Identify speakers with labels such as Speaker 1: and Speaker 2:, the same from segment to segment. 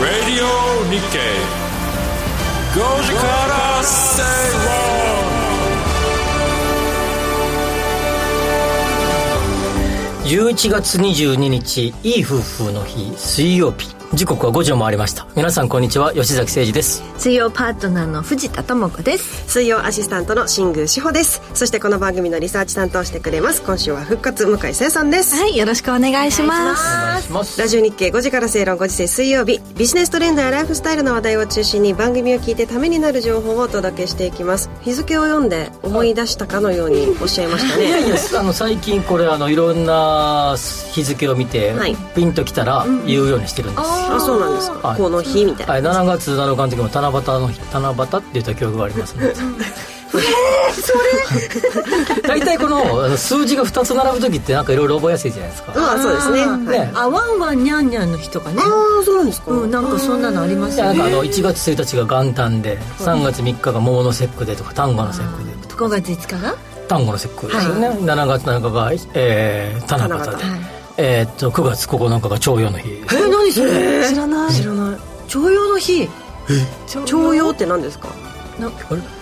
Speaker 1: Radio Nikkei 5時から正
Speaker 2: 11月22日いい夫婦の日水曜日時刻は5時を回りました皆さんこんにちは吉崎誠二です
Speaker 3: 水曜パートナーの藤田智子です
Speaker 4: 水曜アシスタントの新宮志保ですそしてこの番組のリサーチ担当してくれます今週は復活向井聖さんです、
Speaker 3: いよろしくお願いします
Speaker 2: お願いします
Speaker 4: ラジオ日経5時から正論5時制水曜日ビジネストレンドやライフスタイルの話題を中心に番組を聞いてためになる情報をお届けしていきます日付を読んで思い出したかのようにおっしゃいました
Speaker 2: いやい
Speaker 4: ね
Speaker 2: や あの最近これあのいろんな日付を見て、
Speaker 4: はい
Speaker 2: ピンときたら言うようにしてるんです、
Speaker 4: あそうなんですか、
Speaker 2: はい
Speaker 4: この日みたいな、
Speaker 2: はい、7月7日の時も七夕の日七夕って言った記憶がありますね 大体このあの数字が2つ並ぶ時ってなんかいろいろ覚えやすいじゃないですか、
Speaker 4: まあそうですねはい
Speaker 2: ね
Speaker 3: あワンワンニャンニャンの日とかね
Speaker 4: ああそうなんですか、
Speaker 3: うんなんかそんなのあります
Speaker 2: じゃあ
Speaker 3: よ
Speaker 2: なん
Speaker 3: ね
Speaker 2: かあの1月1日が元旦で3月3日が桃の節句でとか丹後の節句でとか
Speaker 3: 5月5日が
Speaker 2: 丹後の節句ですよね、7月7日が、えー、七夕で、
Speaker 4: 七
Speaker 3: はい
Speaker 2: えーっと9月9日が徴用の日
Speaker 3: え何それ知らない
Speaker 4: 知らない
Speaker 3: 徴用の日
Speaker 4: 徴用って何ですか
Speaker 2: あれ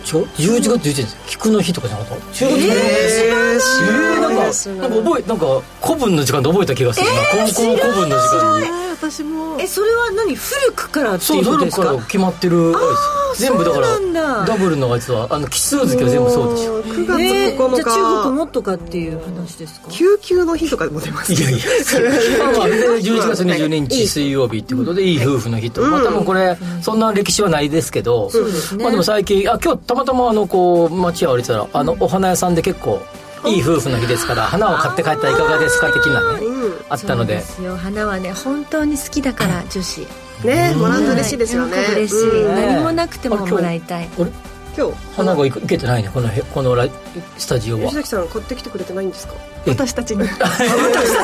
Speaker 2: ちょ11月11日菊の日とかじゃなかった10月
Speaker 4: えー、
Speaker 2: えー、なんか
Speaker 4: 知ら
Speaker 2: なん
Speaker 4: な
Speaker 2: か
Speaker 4: い
Speaker 2: 覚えなんか古文の時間で覚えた気がするな、高校古文の時間に
Speaker 5: 私も
Speaker 3: えそれは何古くからって
Speaker 2: そ
Speaker 3: いううこと
Speaker 2: 古
Speaker 3: で
Speaker 2: く
Speaker 3: す
Speaker 2: から
Speaker 3: か
Speaker 2: 決まってるあれです全部だから
Speaker 3: そうなんだ
Speaker 2: ダブルのやつはあの奇数月は全部そうでしょ
Speaker 4: 9月
Speaker 3: え
Speaker 4: 9日、
Speaker 3: じゃあ中国もっとかっていう話ですか
Speaker 4: 救急の日とかでも出ます
Speaker 2: いやいや、それまあ、11月22日水曜日ってことで、いい夫婦の日と。まあ、多分これ、そんな歴史はないですけど、
Speaker 3: すね
Speaker 2: まあでも最近、あ、今日たまたまあの、こう、街を歩いてたら、あの、お花屋さんで結構、いい夫婦の日ですから、花を買って帰ったらいかがですか的なね、
Speaker 4: うん
Speaker 2: あったので。
Speaker 3: そうすよ花はね本当に好きだから女子
Speaker 4: ねもらうと嬉しいですよね、
Speaker 3: はい嬉しい、
Speaker 4: うん
Speaker 2: ね
Speaker 3: 何もなくてももらいたい
Speaker 2: あれ
Speaker 4: 今日
Speaker 2: 花がいけいけてないね、このへ、このライスタジオは
Speaker 4: 吉。崎さん買ってきてくれてないんですか
Speaker 5: 私たちに
Speaker 4: 私た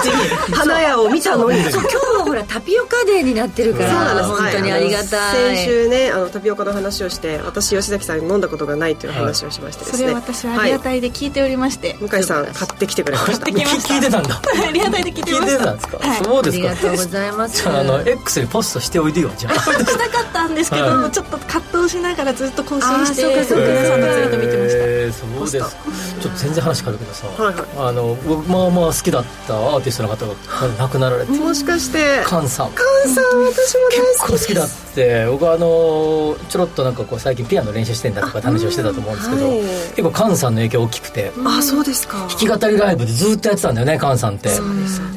Speaker 4: ちに花屋を見たのに
Speaker 3: そう今日はほらタピオカデーになってるから
Speaker 4: そう
Speaker 3: 本
Speaker 4: なんです
Speaker 3: 当にありがたい、
Speaker 4: 先週ねあのタピオカの話をして私吉崎さん飲んだことがないという話をしましてです
Speaker 5: そ
Speaker 4: ね、
Speaker 5: れを私はありが
Speaker 4: い
Speaker 5: たいで聞いておりまして、
Speaker 4: 向井さん買ってきてくれました
Speaker 2: 聞聞いてたんだ。
Speaker 5: ありがたいで聞いて
Speaker 2: 聞
Speaker 5: ま
Speaker 2: いて
Speaker 5: した
Speaker 2: たんですか、そう
Speaker 3: あ
Speaker 2: です
Speaker 3: り
Speaker 2: か
Speaker 3: が。とうございます
Speaker 2: じゃあ、あの、X にポストしておいでよ、じゃあ。
Speaker 5: したかったんですけど、
Speaker 2: は
Speaker 5: ちょっと葛藤しながらずっと更新して
Speaker 3: あーそうかそうか
Speaker 5: 皆さんのツイート見てました、
Speaker 2: えーそうですちょっと全然話変わるけどさ、
Speaker 4: はいはい
Speaker 2: あの僕まあまあ好きだったアーティストの方が亡くなられて
Speaker 4: もしかして
Speaker 2: 菅さん結
Speaker 4: 菅さん私も
Speaker 2: 構
Speaker 4: 大好き
Speaker 2: 好
Speaker 4: です
Speaker 2: きだって僕はあのちょろっとなんかこう最近ピアノ練習してんだとかって話をしてたと思うんですけど、
Speaker 4: うんはい
Speaker 2: 結構菅さんの影響大きくて
Speaker 4: あそうですか
Speaker 2: 弾き語りライブでずっとやってたんだよね菅さんって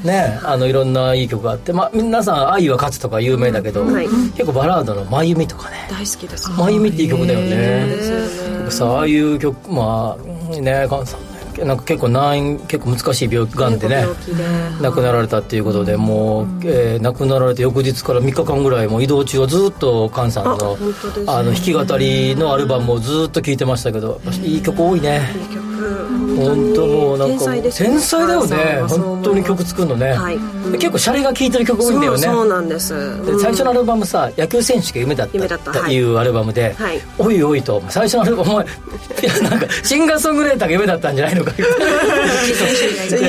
Speaker 2: ねあのいろんないい曲があって、まあ、皆さん「愛は勝つ」とか有名だけど、
Speaker 4: はい
Speaker 2: 結構バラードの「真由美」とかね
Speaker 4: 大好きです
Speaker 2: 真由美っていい曲だよね
Speaker 4: ですよね
Speaker 2: 僕さああいう曲まあね菅さんねなんか結構難易結構難しい病気がんでね
Speaker 4: 病気で
Speaker 2: 亡くなられたっていうことでもう、えー亡くなられて翌日から3日間ぐらいもう移動中はずっと菅さんの
Speaker 4: あ本当ですね
Speaker 2: あの弾き語りのアルバムをずっと聴いてましたけどやっぱいい曲多いね
Speaker 4: いい曲
Speaker 2: 本当もうなんか
Speaker 4: 天才です
Speaker 2: 天才だよね
Speaker 4: 菅さんはそう思い
Speaker 2: 本
Speaker 4: ます
Speaker 2: 当に曲作るのね、
Speaker 4: はい
Speaker 2: で結構シャレが効いてる曲多いんだよね
Speaker 4: そうそうなんです、う
Speaker 2: で
Speaker 4: ん
Speaker 2: 最初のアルバムさ「野球選手が夢だった」
Speaker 4: 夢だった
Speaker 2: っていうアルバムで「
Speaker 4: はい
Speaker 2: おいおい」と最初のアルバムお前いやなんかシンガーソングライターが夢だったんじゃないの か
Speaker 4: ユニ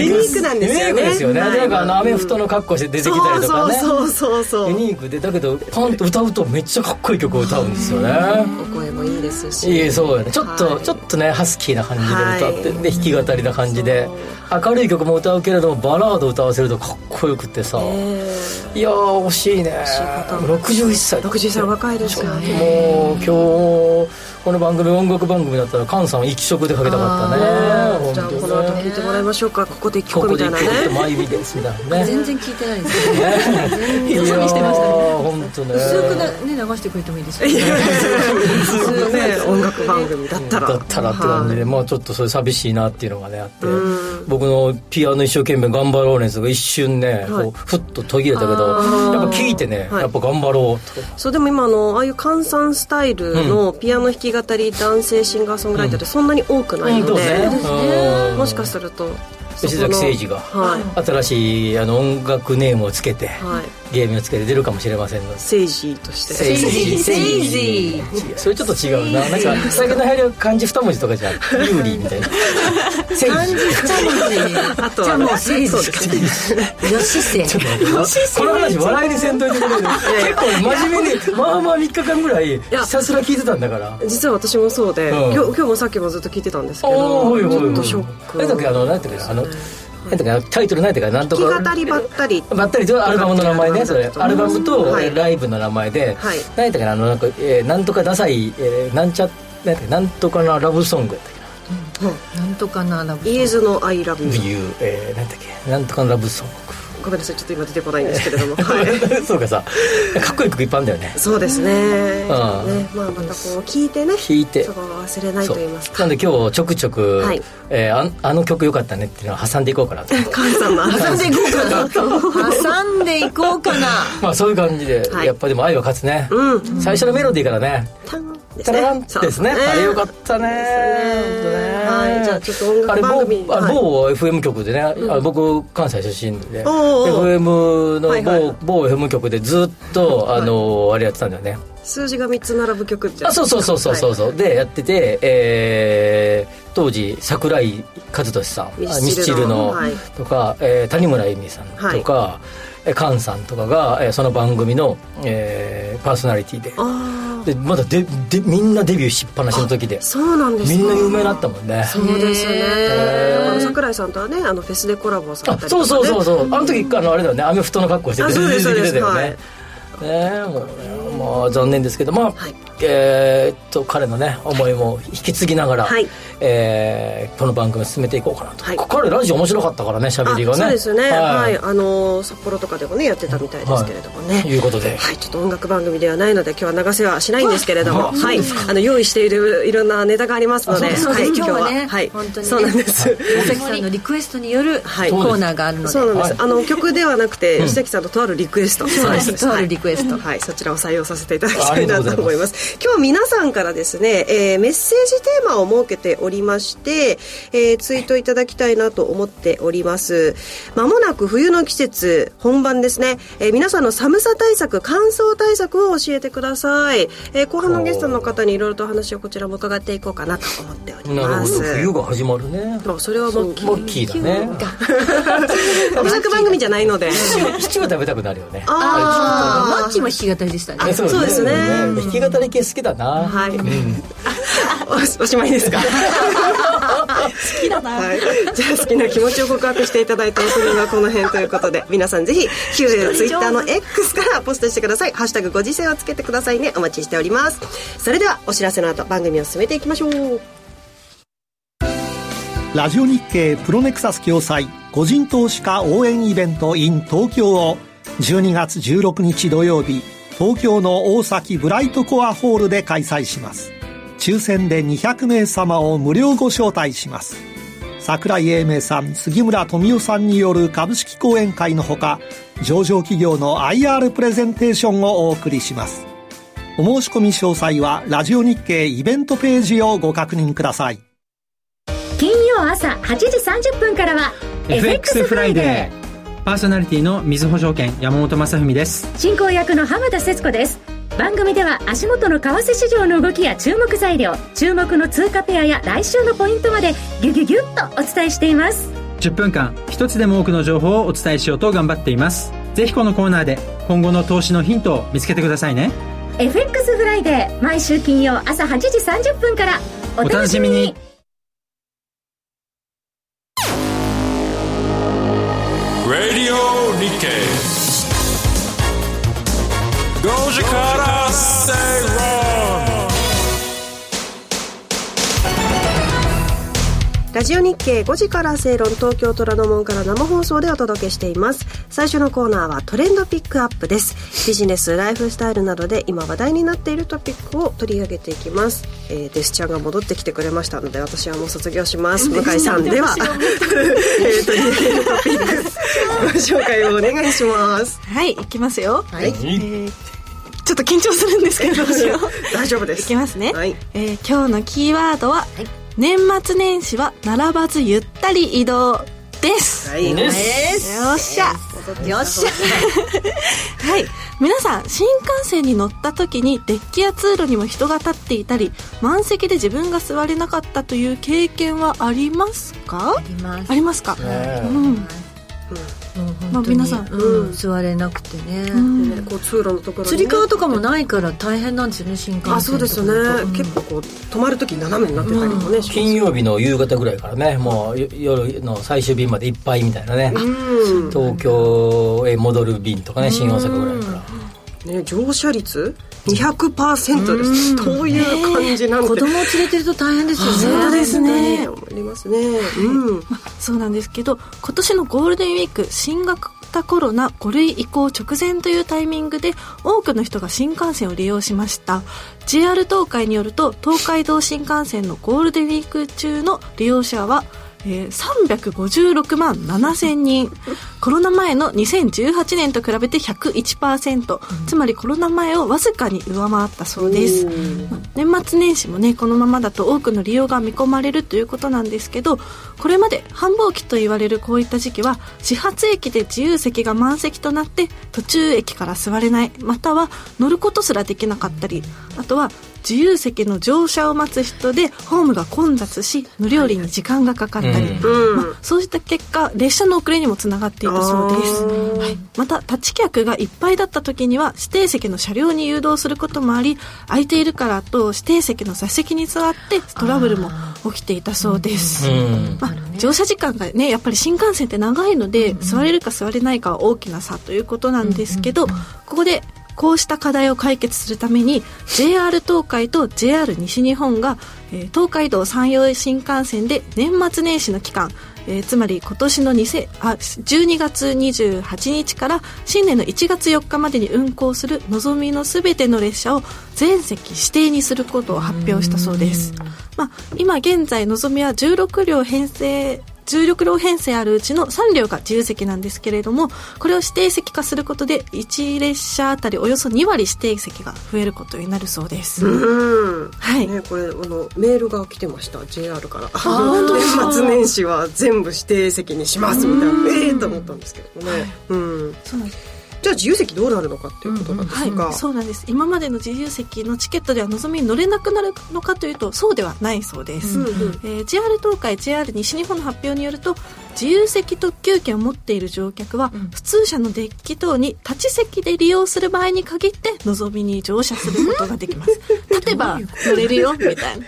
Speaker 4: ークなんですよね
Speaker 2: ユニークですよね、
Speaker 4: はい
Speaker 2: でなんかあのアメフトの格好して出てきたりとかね
Speaker 4: そうそうそう
Speaker 2: ユ
Speaker 4: そう
Speaker 2: ニークでだけどパンと歌うとめっちゃかっこいい曲を歌うんですよね
Speaker 4: お声もいいですし
Speaker 2: いいそうよねちょっと、
Speaker 4: はい
Speaker 2: ちょっとねハスキーな感じで歌って、
Speaker 4: は
Speaker 2: で弾き語りな感じで明るい曲も歌うけれどもバラード歌わせるとかっこよくてさ、いやー惜しいね61歳だ
Speaker 4: 61歳若いですよね
Speaker 2: もう今日この番組音楽番組だったら菅さんを一色でかけたかったね本
Speaker 4: じゃあ
Speaker 2: 当
Speaker 4: この後
Speaker 2: ね
Speaker 4: 聞いてもらいましょうかここで聞
Speaker 2: こ
Speaker 4: く
Speaker 2: こ
Speaker 4: み
Speaker 2: で
Speaker 4: たい
Speaker 2: 一
Speaker 4: な
Speaker 2: 個
Speaker 4: ね
Speaker 2: と真指ですみたいなね
Speaker 3: 全然聞いてないですよ
Speaker 2: ねいや
Speaker 3: 嘘にしてました
Speaker 2: ー
Speaker 3: ね
Speaker 2: 本当ね
Speaker 3: 薄くなね流してくれてもいいですよね
Speaker 4: 普通のね音楽番組だったら
Speaker 2: だったらって感じ
Speaker 4: はい
Speaker 2: で、まあちょっとそれ寂しいなっていうのがねあって、僕のピアノ一生懸命頑張ろうねとが一瞬ね、
Speaker 4: はい
Speaker 2: こうふっと途切れたけど、やっぱ聞いてね、
Speaker 4: はい
Speaker 2: やっぱ頑張ろうと。
Speaker 4: そうでも今あのああいう換算スタイルのピアノ弾き語り男性シンガーソングライターってそんなに多くないので
Speaker 2: うん
Speaker 4: もしかするとそこ
Speaker 2: 吉崎
Speaker 4: の
Speaker 2: 誠二が
Speaker 4: はい
Speaker 2: 新しいあの音楽ネームをつけて、
Speaker 4: はい
Speaker 2: ゲームをつけて出るかもしれませんので。
Speaker 4: 誠二として
Speaker 2: セイジー
Speaker 3: セイジ
Speaker 2: ーそれちょっと違うななんか酒の入りは漢字二文字とかじゃ有利みたいなせい
Speaker 3: 漢字しちゃうのに。
Speaker 4: あとは
Speaker 3: じゃあもう政治しかない。よしせ。
Speaker 2: この話笑いにせんといてくれる結構真面目にまあまあ3日間ぐらいひたすら聞いてたんだから
Speaker 4: 実は私もそうで、
Speaker 2: うん
Speaker 4: 今日今日もさっきもずっと聞いてたんですけ
Speaker 2: おー
Speaker 4: ど
Speaker 2: おい
Speaker 4: ち
Speaker 2: おいおい
Speaker 4: ょっとショック
Speaker 2: なんだっけあのなんていうかあのなんていうかタイトルなんていうかなんと
Speaker 4: 弾き
Speaker 2: か
Speaker 4: 語りばったり
Speaker 2: ばったりとアルバムの名前ねそれアルバムと
Speaker 4: はい
Speaker 2: ライブの名前で、
Speaker 4: はい
Speaker 2: なんやったかなあのなんか、えーなんとかダサい、えーなんちゃなんやったっけなんとかなラブソングやったっけな
Speaker 3: なんとかな、ラブ。
Speaker 4: イエズの「アイラブ
Speaker 2: っていう、えーなんだっけなんとかのラブソン
Speaker 4: ごめんなさいちょっと今出てこないんですけれ ども、
Speaker 2: グ、
Speaker 4: はい、
Speaker 2: そうかさかっこよくいっぱいあるんだよね
Speaker 4: そうですね,、
Speaker 2: うん
Speaker 4: ねまあまたこう聞いてね
Speaker 2: 聞いて
Speaker 4: そこは忘れないと
Speaker 2: そう
Speaker 4: 言いますか
Speaker 2: なんで今日ちょくちょく、
Speaker 4: はい
Speaker 2: えーあんあの曲良かったねっていうのを挟んでいこうかなと
Speaker 4: 神様
Speaker 3: 挟んでいこうかな。 挟んでいこうかな。
Speaker 2: まあそういう感じで、
Speaker 4: はい
Speaker 2: やっぱでも愛は勝つね、
Speaker 4: うん
Speaker 2: 最初のメロディーからね
Speaker 4: タンです
Speaker 2: タ
Speaker 4: ね
Speaker 2: ランってですね
Speaker 4: そう
Speaker 2: あれよかったね
Speaker 4: ですねはいじゃあちょっと音楽
Speaker 2: あれ某
Speaker 4: 番組
Speaker 2: あ
Speaker 4: はい
Speaker 2: れ某 FM 局でね、あ僕関西出身で
Speaker 4: おうおう
Speaker 2: FM の某,、
Speaker 4: はいはい
Speaker 2: 某 FM 局でずっとあの、あれやってたんだよね
Speaker 4: 数字が3つ並ぶ曲じゃ
Speaker 2: あそうそうそうそうそうそう、でやってて、えー当時桜井和俊さんあ
Speaker 4: ミ
Speaker 2: ミ
Speaker 4: ス
Speaker 2: ス
Speaker 4: チ
Speaker 2: チ
Speaker 4: ル
Speaker 2: ル
Speaker 4: の
Speaker 2: の、
Speaker 4: はい
Speaker 2: とか、えー谷村由美さんとか、えー菅さんとかが、えーその番組の、えーパーソナリティで
Speaker 4: あ
Speaker 2: でまだででみんなデビューしっぱなしの時で
Speaker 4: あそうなんです
Speaker 2: み
Speaker 4: ね
Speaker 2: んな有名だったもんね
Speaker 4: そうですね
Speaker 2: へー
Speaker 4: あの桜井さんとはねあのフェスでコラボされ
Speaker 2: あ
Speaker 4: たりと
Speaker 2: そ
Speaker 4: か、ね、
Speaker 2: うそうそうそうあの時あのあれだよねアメフトの格好して
Speaker 4: あそうです
Speaker 2: 出てきてたよ
Speaker 4: そう
Speaker 2: ね
Speaker 4: で
Speaker 2: ねえもうねまあ残念ですけどまあ、
Speaker 4: はい
Speaker 2: えーっと彼のね思いも引き継ぎながら、
Speaker 4: はい
Speaker 2: えーこの番組を進めていこうかなと、
Speaker 4: はい
Speaker 2: こ彼ラジオ面白かったからね喋りがね
Speaker 4: あそうですよねはい、
Speaker 2: は
Speaker 4: あの札幌とかでもねやってたみたいですけれどもね、
Speaker 2: い、いうことで
Speaker 4: はい、ちょっと音楽番組ではないので今日は流せはしないんですけれども、
Speaker 2: あ
Speaker 4: はい、あの用意しているいろんなネタがありますので、
Speaker 3: そう
Speaker 4: は
Speaker 3: で
Speaker 4: い、
Speaker 3: す
Speaker 4: 今日
Speaker 3: 今日
Speaker 4: は、
Speaker 3: はね、
Speaker 4: はい、
Speaker 3: 本当にね
Speaker 4: そうなんです。
Speaker 3: 岩崎さんのリクエストによるコ
Speaker 4: はい
Speaker 3: ーナーがあるので
Speaker 4: そうなんです。
Speaker 2: は
Speaker 4: あの曲ではなくて、吉崎さんのとあるリクエスト。そう
Speaker 3: ですとあるリクエスト
Speaker 4: はい、そちらを採用させていただき
Speaker 2: あ
Speaker 4: たい
Speaker 2: り
Speaker 4: な
Speaker 2: がとうございます
Speaker 4: と思います。今日皆さんからですね、えーメッセージテーマを設けておりまして、えーツイートいただきたいなと思っております。まもなく冬の季節本番ですね。えー皆さんの寒さ対策、乾燥対策を教えてください。えー後半のゲストの方にいろいろとお話をこちらも伺っていこうかなと思っており
Speaker 2: なる
Speaker 4: ま
Speaker 2: ほど。
Speaker 4: す
Speaker 2: 冬が始まるね
Speaker 4: まあそれはもう
Speaker 2: モッキーだね
Speaker 4: 音楽番組じゃないので。
Speaker 2: シチューは食べたくなるよね
Speaker 4: あー
Speaker 3: マッキーも弾き語りでしたね
Speaker 2: え
Speaker 4: そうですね
Speaker 2: 弾き語り系好きだな、
Speaker 4: はい。 おおしまいですか。
Speaker 5: 好きだな、
Speaker 4: はい。じゃあ好きな気持ちを告白していただいたおそれはこの辺ということで、皆さんぜひ、旧ツイッターの X からポストしてください。ハッシュタグご時世をつけてくださいね。お待ちしております。それではお知らせの後、番組を進めていきましょう。
Speaker 6: ラジオ日経プロネクサス共催個人投資家応援イベント in 東京を12月16日土曜日東京の大崎ブライトコアホールで開催します抽選で200名様を無料ご招待します桜井英明さん杉村富夫さんによる株式講演会のほか上場企業の IR プレゼンテーションをお送りしますお申し込み詳細はラジオ日経イベントページをご確認ください
Speaker 7: 金曜朝8時30分からは
Speaker 8: FX フライデーパーソナリティの水保証券山本雅文です
Speaker 7: 進行役の浜田節子です番組では足元の為替市場の動きや注目材料注目の通貨ペアや来週のポイントまでギュギュギュッとお伝えしています
Speaker 8: 10分間一つでも多くの情報をお伝えしようと頑張っていますぜひこのコーナーで今後の投資のヒントを見つけてくださいね
Speaker 7: FX フライデー毎週金曜朝8時30分からお楽しみに
Speaker 1: Radio Nikkei. Goji Kara Say Wrong.
Speaker 4: ラジオ日経5時から正論東京虎ノ門から生放送でお届けしています。最初のコーナーはトレンドピックアップです。ビジネス、ライフスタイルなどで今話題になっているトピックを取り上げていきます。えー、デスちゃんが戻ってきてくれましたので私はもう卒業します。向井さんでは、えー、取り上げるトピック、ご紹介をお願いします。
Speaker 5: はいいきますよ、
Speaker 3: はい
Speaker 5: えーちょっと緊張するんですけどどうしよう
Speaker 4: 大丈夫です。
Speaker 5: いきますね、
Speaker 4: はい。
Speaker 5: えー今日のキーワードは、年末年始は並ばずゆったり移動です、
Speaker 4: はい
Speaker 2: で
Speaker 4: です
Speaker 5: よっしゃ
Speaker 4: よっしゃ
Speaker 5: はい皆さん新幹線に乗った時にデッキや通路にも人が立っていたり満席で自分が座れなかったという経験はありますか
Speaker 3: います
Speaker 5: ありますか、
Speaker 2: ね
Speaker 5: うん
Speaker 3: もう本当に
Speaker 5: まあ皆さん
Speaker 3: うん、座れなくてね、
Speaker 5: うん
Speaker 4: こう通路のところにね
Speaker 3: つり革とかもないから大変なんですよね新幹線
Speaker 4: あそうですよね、結構こう止まる時斜めになってたりもね、しま
Speaker 2: 金曜日の夕方ぐらいからねもうよ夜の最終便までいっぱいみたいなね
Speaker 4: すうん
Speaker 2: 東京へ戻る便とかね新大阪ぐらいから
Speaker 4: ね、乗車率200%ですどういう感じなんて
Speaker 3: 子供を連れてると大変ですよね
Speaker 4: 本当ですね
Speaker 5: ね
Speaker 4: 思いますね、うん
Speaker 5: そうなんですけど今年のゴールデンウィーク新型コロナ5類移行直前というタイミングで多くの人が新幹線を利用しました JR 東海によると東海道新幹線のゴールデンウィーク中の利用者は、えー356万7000人コロナ前の2018年と比べて101%、つまりコロナ前をわずかに上回ったそうです年末年始もねこのままだと多くの利用が見込まれるということなんですけどこれまで繁忙期と言われるこういった時期は始発駅で自由席が満席となって途中駅から座れないまたは乗ることすらできなかったりあとは自由席の乗車を待つ人でホームが混雑し乗り降りに時間がかかったり、
Speaker 2: うん
Speaker 4: うん
Speaker 5: まあ、そうした結果列車の遅れにもつながっているそうです、
Speaker 4: あー
Speaker 5: はい、また立ち客がいっぱいだった時には指定席の車両に誘導することもあり空いているからと指定席の座席に座ってトラブルも起きていたそうです、
Speaker 2: うん
Speaker 5: まあ、乗車時間がねやっぱり新幹線って長いので、座れるか座れないかは大きな差ということなんですけど、ここでこうした課題を解決するために JR 東海と JR 西日本が、えー東海道山陽新幹線で年末年始の期間、えーつまり今年の2000あ12月28日から新年の1月4日までに運行するのぞみのすべての列車を全席指定にすることを発表したそうです。まあ、今現在のぞみは16両編成16両編成あるうちの3両が自由席なんですけれどもこれを指定席化することで1列車あたりおよそ2割指定席が増えることになるそうです、
Speaker 4: うん
Speaker 5: はい、
Speaker 4: ね、これあのメールが来てました JR から
Speaker 5: 本当ですか
Speaker 4: 年末年始は全部指定席にしますみたいなええと思ったんですけどね、うん、
Speaker 5: そうなんです
Speaker 4: じゃあ自由席どうなるのかっていうことなんです
Speaker 5: は
Speaker 4: が、
Speaker 5: い、そうなんです今までの自由席のチケットではのぞみに乗れなくなるのかというとそうではないそうです、
Speaker 4: うん
Speaker 5: えー JR 東海 JR 西日本の発表によると自由席特急券を持っている乗客は、普通車のデッキ等に立ち席で利用する場合に限ってのぞみに乗車することができます 立てば乗れるよみたいな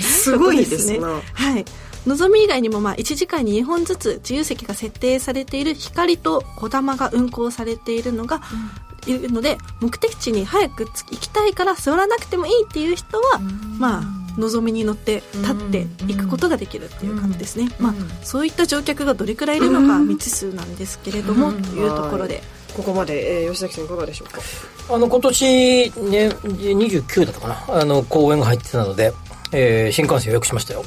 Speaker 4: すごいですね
Speaker 5: はいのぞみ以外にもまあ1時間に2本ずつ自由席が設定されている光とこだまが運行されているのが、いるので目的地に早く着行きたいから座らなくてもいいっていう人は、まあのぞみに乗って立っていくことができるっていう感じですね、まあ、そういった乗客がどれくらいいるのか未知数なんですけれども、というところで、
Speaker 4: ここまで、えー、吉崎さんいかがでしょうか
Speaker 2: あの今年ね29だったかなあの公演が入ってたので、えー新幹線予約しましたよ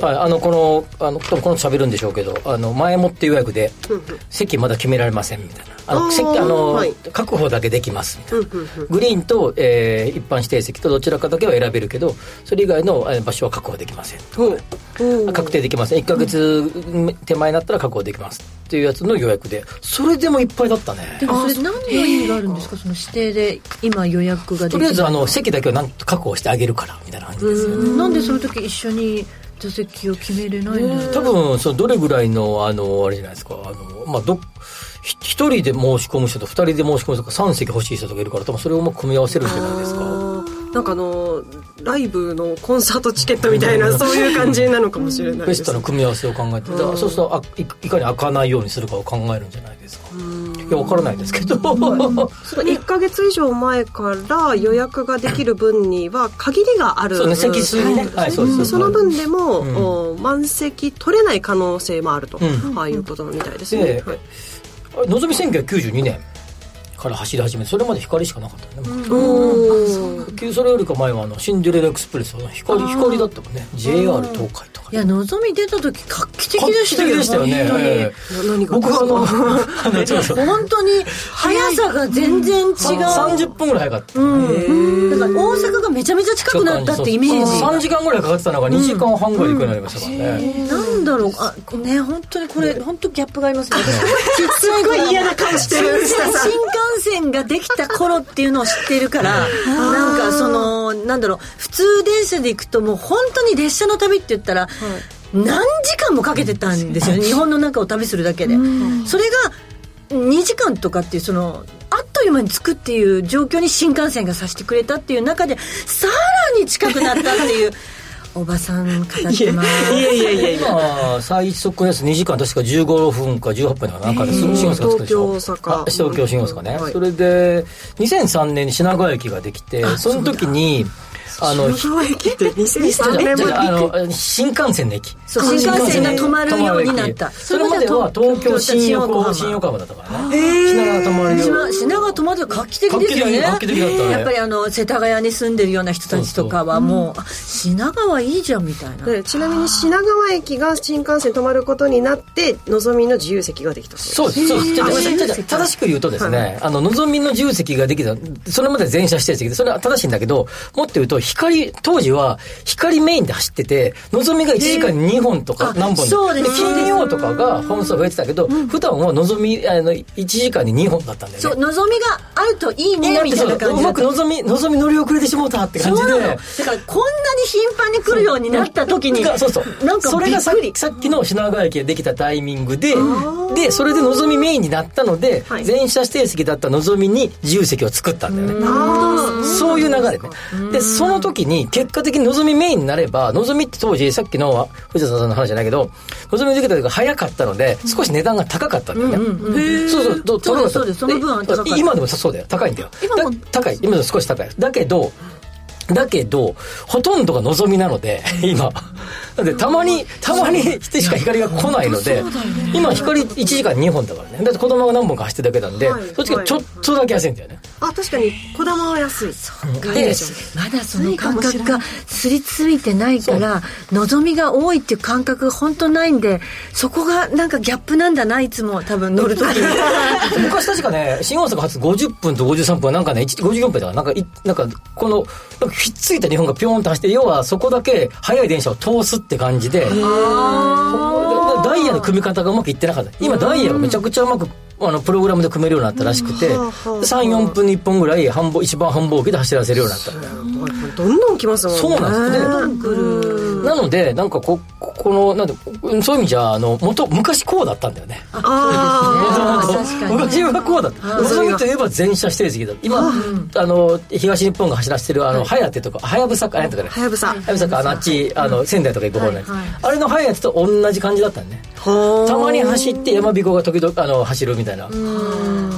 Speaker 2: はい、あのこのあの多分この後喋るんでしょうけどあの前もって予約で席まだ決められませんみたいなあ
Speaker 4: あー
Speaker 2: の席あの、
Speaker 4: はい
Speaker 2: 確保だけできますみたいな、
Speaker 4: うんうん
Speaker 2: グリーンと、えー一般指定席とどちらかだけは選べるけどそれ以外のえー場所は確保できません
Speaker 4: ほう
Speaker 2: あ確定できません1ヶ月手前になったら確保できますっていうやつの予約でそれでもいっぱいだったね
Speaker 3: でもそれ何の意味があるんですかその指定で今予約ができ
Speaker 2: とりあえずあの席だけはなんと確保してあげるからみたいな感じですよね
Speaker 3: なんでその時一緒に座席を決めれないんですか
Speaker 2: 多分そのどれぐらいのあのあれじゃないですかあの、まあ、どひ一人で申し込む人と二人で申し込む人とか三席欲しい人とかいるから多分それをうまく組み合わせるんじゃないですか
Speaker 4: あーなんかあのライブのコンサートチケットみたいなそういう感じなのかもしれない
Speaker 2: ベ
Speaker 4: で
Speaker 2: ス
Speaker 4: す
Speaker 2: トな組み合わせを考えてだからそうするとあいいかに開かないようにするかを考えるんじゃないですかいや分からないですけど
Speaker 4: 1か月以上前から予約ができる分には限りがある
Speaker 2: そうね席数にねはいそうです
Speaker 4: その分でも、
Speaker 2: うん
Speaker 4: お満席取れない可能性もあると、
Speaker 2: う
Speaker 4: ああいうことみたいですね、
Speaker 2: で
Speaker 4: はい
Speaker 2: あのぞみ1992年から走り始めてそれまで光しかなかったね、
Speaker 3: おー
Speaker 2: 普及それよりか前はあのシンデレラエクスプレスは光光だったもんね JR 東海とか
Speaker 3: いや、のぞみ出た時画期的でしたよ
Speaker 2: 画期的でしたよね
Speaker 3: 本当に
Speaker 2: え
Speaker 4: 何が
Speaker 2: 僕はあの あのちょっと
Speaker 3: 本当に速さが全然違う。
Speaker 2: 30分ぐらい早かった、
Speaker 3: うん。だから大阪がめちゃめちゃ近くなったってイメー
Speaker 2: 3時間ぐらいかかってたのが2時間半ぐらい行くようになりましたからね、
Speaker 3: ジ。なんだろう、あ、ね、本当にこれ、本当ギャップがありますね。すっごい嫌な感じてる。新幹線ができた頃っていうのを知っているから、なんかその、なんだろう、普通電車で行くともう本当に列車の旅って言ったら、何時間もかけてたんですよね。日本の中を旅するだけで。それが2時間とかっていう、その、あっという間に着くっていう状況に新幹線がさせてくれたっていう中で、さらに近くなったって いう、おばさん語ってます。
Speaker 9: いやいやいやいや
Speaker 2: 今最速です2時間確か15分か18分だかなんかですぐ新大阪着くでしょ
Speaker 4: 東京大阪
Speaker 2: あ東京新大阪ね、
Speaker 4: はい
Speaker 2: それで2003年に品川駅ができてその時にあの
Speaker 9: 昭和駅って2003
Speaker 2: じゃ
Speaker 9: 年
Speaker 2: じ
Speaker 9: も
Speaker 2: ゃあの新幹線の駅
Speaker 3: そう新幹線が止まるようになった
Speaker 2: それまでは東京新横浜新横浜だったからね品川止まるよう
Speaker 3: 島品川泊まると画期的ですよね
Speaker 2: 画期的画期的だったね
Speaker 3: やっぱりあの世田谷に住んでるような人たちとかはもうあ品川いいじゃんみたいな
Speaker 4: でちなみに品川駅が新幹線止まることになってのぞみの自由席ができたそう
Speaker 2: そうです、そうです。ちょっと
Speaker 3: あ
Speaker 2: ちょっと
Speaker 3: 自由席
Speaker 2: 正しく言うとですね、あの、のぞみの自由席ができた、それまで全車指定席で、それは正しいんだけど、もっと言うと、光、当時は、光メインで走ってて、のぞみが1時間に2本とか
Speaker 3: あ
Speaker 2: 何本
Speaker 3: そうです
Speaker 2: 金曜とかが本数増えてたけど、普段はのぞみ、あの、1時間に2本だったんだよ
Speaker 3: そう
Speaker 2: ね。
Speaker 3: 望みがあるといいねみたいな
Speaker 2: そう
Speaker 3: 感
Speaker 2: う
Speaker 3: じだ
Speaker 2: ま
Speaker 3: っ
Speaker 2: く
Speaker 3: た
Speaker 2: のぞみ、のぞみ乗り遅れてしもうたって感じ
Speaker 3: そうなの
Speaker 2: で
Speaker 3: だ。からこんなに頻繁に来るようになった時に
Speaker 2: がそうそう
Speaker 3: なんか
Speaker 2: それ
Speaker 3: びっ
Speaker 2: がさっ
Speaker 3: くり
Speaker 2: きさっきの品川駅ができたタイミングででそれでのぞみメインになったので、
Speaker 4: い
Speaker 2: 全車指定席だったのぞみに自由席を作ったんだよねそういう流れねでその時に結果的にのぞみメインになればのぞみって当時さっきの藤田さんの話じゃないけどのぞみできた時が早かったので少し値段が高かったんだよね、そうそうど
Speaker 3: そ
Speaker 2: 高か
Speaker 3: うだ
Speaker 2: った
Speaker 3: そうだその分は高かった
Speaker 2: で今でもそうだよ高いんだよ
Speaker 5: 今も
Speaker 2: だ高い今でも少し高いだけどだけど、ほとんどが望みなので、 今。なんで、たまに、たまにしてしか光が来ないので、今光1時間2本だからね。だって子供が何本か走ってるだけなんで
Speaker 4: はい、
Speaker 2: そっちがちょっとだけ安いんだよね。
Speaker 4: あ確かにこだまは安いそう
Speaker 2: で、
Speaker 3: まだその感覚がすりついてないから望みが多いっていう感覚が本当ないんでそこがなんかギャップなんだないつも多分乗る時 に
Speaker 2: 昔確かね、新大阪発50分と53分はなんかね、1 54分だから、なんかい、なんか、この、なんかひっついた日本がピョーンと走って、要はそこだけ速い電車を通すって感じで、だダイヤの組み方がうまくいってなかった。今、ダイヤがめちゃくちゃうまく、あの、プログラムで組めるようになったらしくて、
Speaker 4: はあはあはあ
Speaker 2: 3、4分に1本ぐらい、繁忙、一番繁忙期で走らせるようになった。
Speaker 4: どんどん来ますもんね
Speaker 2: そうなんですね
Speaker 4: ですね
Speaker 2: なので、なんかこ、ここの、なんで、うんそういう意味じゃ、あの、元、昔こうだったんだよね。
Speaker 3: あー確かに
Speaker 2: 昔はこうだった。宇都宮といえば全車指定席だった。今、あの、東日本が走らせてる、あの、はやてとか、はやぶさか、あれとかね。
Speaker 4: はやぶさ
Speaker 2: はやぶさか、あの、あっち、あの、仙台とか行く方ね。あれのはやてと同じ感じだったね。たまに走って山彦が時々、あの、走るみたいな。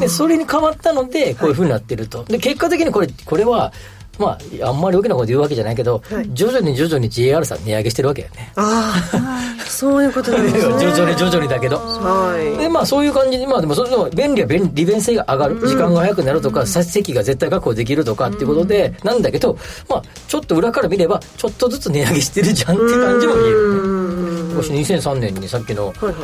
Speaker 2: で、それに変わったので、こういう風になってると。で、結果的にこれ、これは、まあ、あんまり大きなこと言うわけじゃないけど、徐々に徐々に JR さん値上げしてるわけだよね。
Speaker 4: ああそういうことなんです
Speaker 2: 徐
Speaker 4: ね
Speaker 2: 々に徐々にだけど。
Speaker 4: は
Speaker 2: でまあそういう感じで、まあでもそれでも便利は便利便性が上がる、時間が早くなるとか、差し席が絶対確保できるとかっていうことで、なんだけど、まあちょっと裏から見れば、ちょっとずつ値上げしてるじゃんっていう感じも見える、ね。もし2003年にさっきの、
Speaker 4: いはい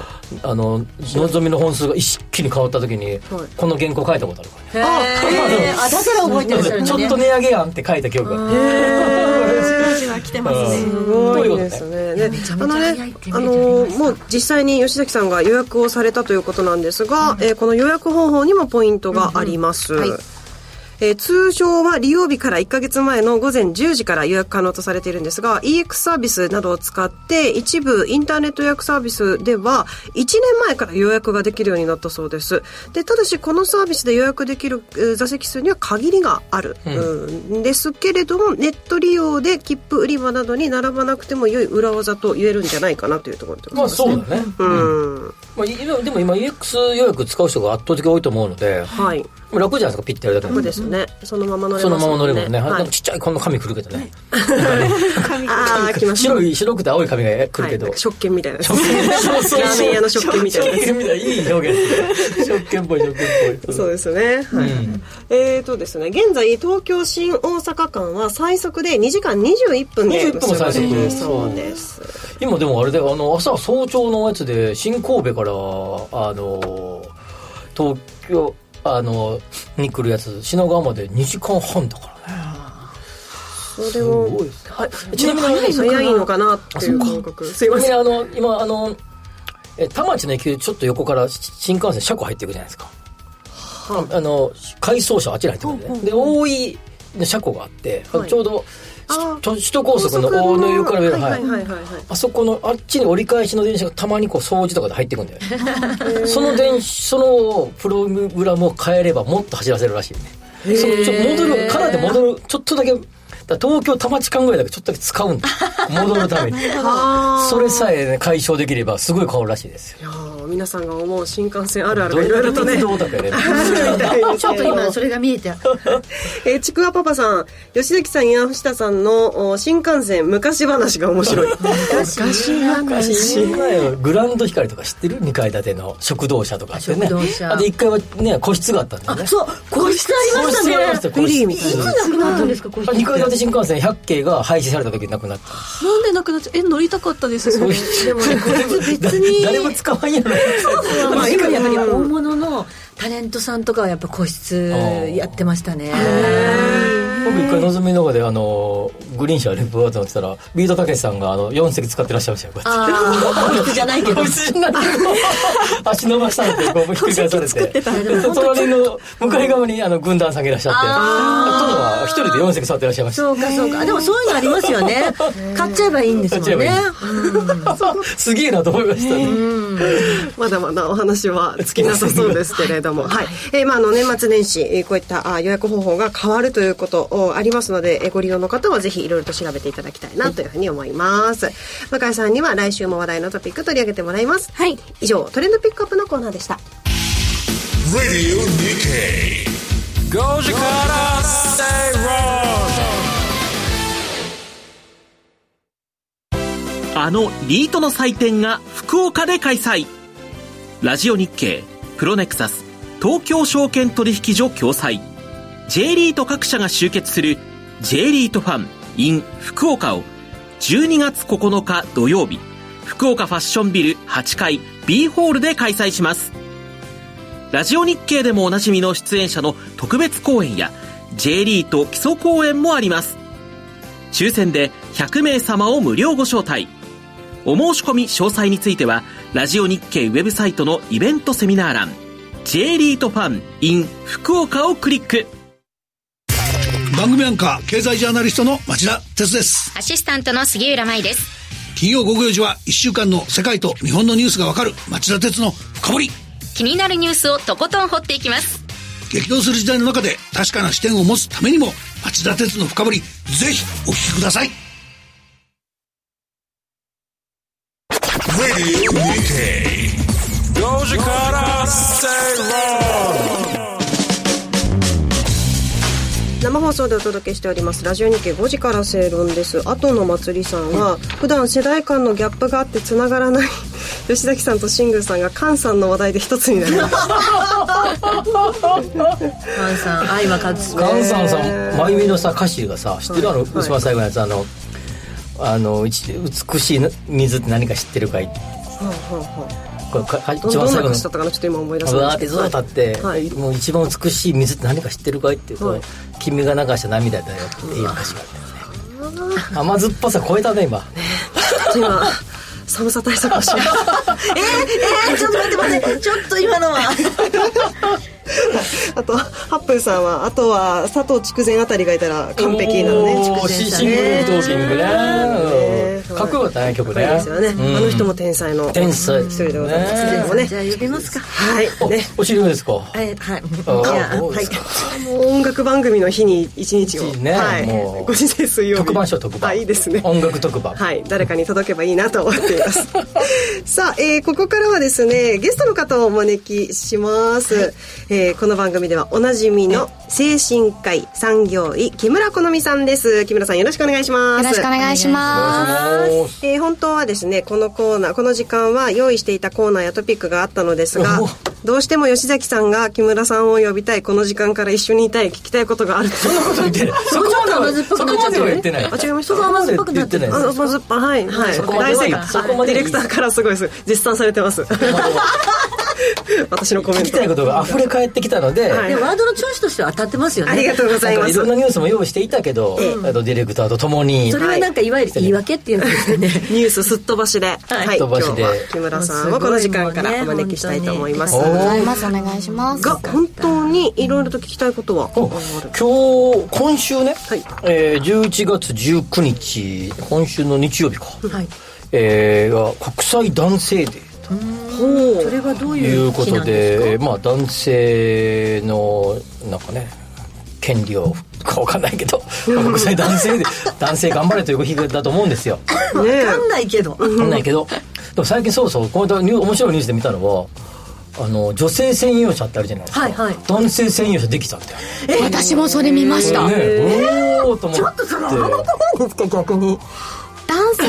Speaker 2: あの、望みの本数が一気に変わった時に、この原稿書いたことあるからね。
Speaker 3: へーあだから覚え てらっしゃるん
Speaker 2: ち
Speaker 3: だ
Speaker 2: ょ
Speaker 3: ね
Speaker 2: っと値上げやんって書いた記憶がある。
Speaker 9: 数字は来てますね
Speaker 4: いすごいですねねあのねあのもう実際に吉崎さんが予約をされたということなんですが、えーこの予約方法にもポイントがあります、えー通常は利用日から1ヶ月前の午前10時から予約可能とされているんですが EX サービスなどを使って一部インターネット予約サービスでは1年前から予約ができるようになったそうですでただしこのサービスで予約できるえー座席数には限りがある、うん、ですけれどもネット利用で切符売り場などに並ばなくても良い裏技と言えるんじゃないかなというところで
Speaker 2: まあ
Speaker 4: ございます
Speaker 2: そうだね。
Speaker 4: うん
Speaker 2: まあ、いでも今 EX 予約使う人が圧倒的に多いと思うので、
Speaker 4: はい
Speaker 2: 楽じゃないですかピッてやるだけ
Speaker 4: 楽
Speaker 2: で
Speaker 4: ですね、そのまま乗れます
Speaker 2: そのまま乗ればね、
Speaker 4: は
Speaker 2: で
Speaker 4: い
Speaker 2: もちっちゃいこの紙くるけどね
Speaker 4: ああ来ました
Speaker 2: 白い白くて青い紙が来る
Speaker 4: はい
Speaker 2: け
Speaker 4: な
Speaker 2: ど、
Speaker 4: んか食券みたいな
Speaker 2: 食券そうそうそう
Speaker 4: ラーメン屋の食券みたいな
Speaker 2: 食券みたいいい表現ですね食券っぽい食券っぽい
Speaker 4: そうですね。はい。えーとですね、現在、東京新大阪間は最速で2時間21分で
Speaker 2: 21分も最速
Speaker 4: 結ばれるそうです。
Speaker 2: 今でもあれだよあの朝早朝のやつで新神戸からあの東京あのに来るやつ品川まで2時間半だからね
Speaker 4: それを、
Speaker 2: ごいです
Speaker 4: はい、
Speaker 2: ちなみに
Speaker 4: ね早いのかなっていう感覚。すいません。
Speaker 2: あの今あのえ田町の駅でちょっと横からし新幹線車庫入っていくじゃないですかああの回送車あっちに入ってくるんで,、ねで大井の車庫があって、あの
Speaker 4: はい
Speaker 2: ちょうど
Speaker 4: あー
Speaker 2: し首都高速の大野湯から上の
Speaker 4: は
Speaker 2: はいい
Speaker 4: はいはいはい。
Speaker 2: あそこのあっちに折り返しの電車がたまにこう掃除とかで入ってくんだよねその電そのプログラムを変えればもっと走らせるらしいねそのちょ戻るかなり戻るちょっとだけだから東京多摩地間ぐらいだけどちょっとだけ使うんだ戻るた めにそれさえ、ね、解消できればすごい変わるらしいですよ
Speaker 4: いやー皆さんが思う新幹線あるあるがいろいろと ね。
Speaker 2: どうだかね
Speaker 9: ちょっと今それが見えて
Speaker 4: えー、ちくわパパさん、吉崎さんや藤田さんのお新幹線昔話が面白い。
Speaker 9: 昔話
Speaker 2: 知らないよグランド光とか知ってる2階建ての食堂車とかあってね
Speaker 9: 食堂車
Speaker 2: あで1階はね個室があったんだよね
Speaker 9: そう個室ありま
Speaker 2: 個
Speaker 9: し
Speaker 2: 室がありま
Speaker 9: たね
Speaker 2: しよ個室
Speaker 4: ビリーみたいな
Speaker 9: なくなったんですか個室
Speaker 2: あ二階建て新幹線100系が廃止された時になくなった。
Speaker 5: なんでなくなっちゃうえ乗りたかっ たです
Speaker 2: う
Speaker 5: それ
Speaker 9: でもね個室別に
Speaker 2: 誰も使わんやろ。
Speaker 9: まあ今やっぱり大物のタレントさんとかはやっぱ個室やってましたね
Speaker 2: 僕一回のぞみの方であのグリーン車でブワーッと乗ってたらビートたけしさんがあの4席使ってらっしゃいましたよこうやっ
Speaker 9: ああ個室じゃないけ
Speaker 2: て
Speaker 9: ど
Speaker 2: こいつになってこう足伸ばしたんでこうひっくり返されてで隣の向かい側にあの軍団さんがいらっしゃって殿は一人で4席座ってらっしゃいました
Speaker 9: そうかそうかでもそういうのありますよね買っちゃえばいいんですもん
Speaker 2: 買っち
Speaker 9: ね
Speaker 2: ゃすげえなと思いましたね
Speaker 4: まだまだお話は尽きなさそうですけれ ども、はい。えーまあ、あの、年末年始、えーこういったあー予約方法が変わるということおありますので、えーご利用の方はぜひいろいろと調べていただきたいなというふうに思います。向井さんには来週も話題のトピック取り上げてもらいます。
Speaker 5: はい
Speaker 4: 以上、トレンドピックアップのコーナーでした。
Speaker 1: Radio Nikkei. Goji Kara Say Wrong.
Speaker 10: あのリートの祭典が福岡で開催ラジオ日経プロネクサス東京証券取引所共催 J リート各社が集結する J リートファン in 福岡を12月9日土曜日福岡ファッションビル8階 B ホールで開催しますラジオ日経でもおなじみの出演者の特別公演や J リート基礎公演もあります抽選で100名様を無料ご招待お申し込み詳細については、ラジオ日経ウェブサイトのイベントセミナー欄、J リートファン in 福岡をクリック。
Speaker 11: 番組アンカー経済ジャーナリストの町田哲です
Speaker 7: アシスタントの杉浦舞です
Speaker 11: 金曜午後4時は1週間の世界と日本のニュースがわかる町田哲の深掘り
Speaker 7: 気になるニュースをとことん掘っていきます
Speaker 11: 激動する時代の中で確かな視点を持つためにも町田哲の深掘りぜひお聞きください
Speaker 1: Radio Nikkei. Goji Kara Say Wrong.
Speaker 4: 生放送でお届けしておりますラジオ日経5時から正論です後の祭りさんは普段世代間のギャップがあってつながらない 吉崎さんと新宮さんが菅さんの話題で一つになり ました
Speaker 9: 菅さん愛は勝つ
Speaker 2: ガンさんさん真由美のさ歌詞がさ知ってるあの一番最後のやつあのあのいち美しい水って何か知ってるかいこれかか
Speaker 4: どん
Speaker 2: 一
Speaker 4: どん
Speaker 2: 番
Speaker 4: な
Speaker 2: 最後
Speaker 4: 歌
Speaker 2: の
Speaker 4: 詞だったかなちょっと今思い出せ
Speaker 2: う
Speaker 4: ま
Speaker 2: わー
Speaker 4: し
Speaker 2: ってず
Speaker 4: た
Speaker 2: っと立って、
Speaker 4: はい
Speaker 2: もう一番美しい水って何か知ってるかいっていうと、
Speaker 4: はい
Speaker 2: 君が流した涙だよっていう歌詞があったよね甘酸っぱさ超えたね今
Speaker 4: ちょっと今寒さ対策をします
Speaker 9: えーちょっと待って待ってちょっと今のは
Speaker 4: あとハップンさんはあとは佐藤筑前あたりがいたら完璧なのね
Speaker 2: おーシンシングルトーキングね
Speaker 4: ね
Speaker 2: うんかっこよかったね曲ね
Speaker 4: かっこいいですよね、うん、あの人も天才の
Speaker 2: 天才
Speaker 4: 一人でございます、ね、
Speaker 9: もねじゃあ呼びますか
Speaker 4: はい
Speaker 2: ねお知りですか
Speaker 9: えはい
Speaker 4: はいもう音楽番組の日に一日を
Speaker 2: ね
Speaker 4: はい
Speaker 2: もう
Speaker 4: ご時世水曜日
Speaker 2: 特番しよう特番
Speaker 4: あいいですね
Speaker 2: 音楽特番
Speaker 4: はい誰かに届けばいいなと思っています さあ、えー、ここからはですねゲストの方をお招きします、はい、えー、この番組ではおなじみの精神科医産業医木村好美さんです木村さんよろしくお願いします
Speaker 12: よろしくお願いします
Speaker 4: えー、本当はですねこのコーナーこの時間は用意していたコーナーやトピックがあったのですがどうしても吉崎さんが木村さんを呼びたいこの時間から一緒にいたい聞きたいことがある
Speaker 2: そんなこと言ってないそこまでそこまでは言ってない
Speaker 4: あ違いました
Speaker 2: そこまでは言ってない
Speaker 4: あ甘酸っぱはいはい大正解そこまでディレクターからすごいです絶賛されてます私のコメント
Speaker 2: 聞きたいことが溢れ返ってきたので、
Speaker 9: はい、でワードの調子としては当たってますよね
Speaker 4: ありがとうございます
Speaker 2: いろんなニュースも用意していたけど、うん、あとディレクターとともに
Speaker 9: それはなんかいわゆる言い訳っていうやつですよね
Speaker 4: ニュースすっ飛ばしで、はい、はい、
Speaker 2: 飛ばしで
Speaker 4: 木村さんをこの時間からお招きしたいと思いますお
Speaker 12: 願いますお願いします
Speaker 4: が本当にいろいろと聞きたいことは、
Speaker 2: うん、今日今週ね、はいえー、11月19日今週の日曜日か、 はいえー、国際男性デー
Speaker 9: ほうそれがどういう
Speaker 2: ことで、まあ、男性のなんかね権利をか分かんないけど国際男性で男性頑張れという日だと思うんですよ
Speaker 9: 分かんないけど
Speaker 2: 分かんないけどでも最近そうそうこの面白いニュースで見たのはあの女性専用車ってあるじゃないですか、はいはい、男性専用車できたんだよ
Speaker 12: え私もそれ見ました、
Speaker 2: ね、
Speaker 9: おおと思ってちょっとそれ危なくないですか逆に
Speaker 12: 男性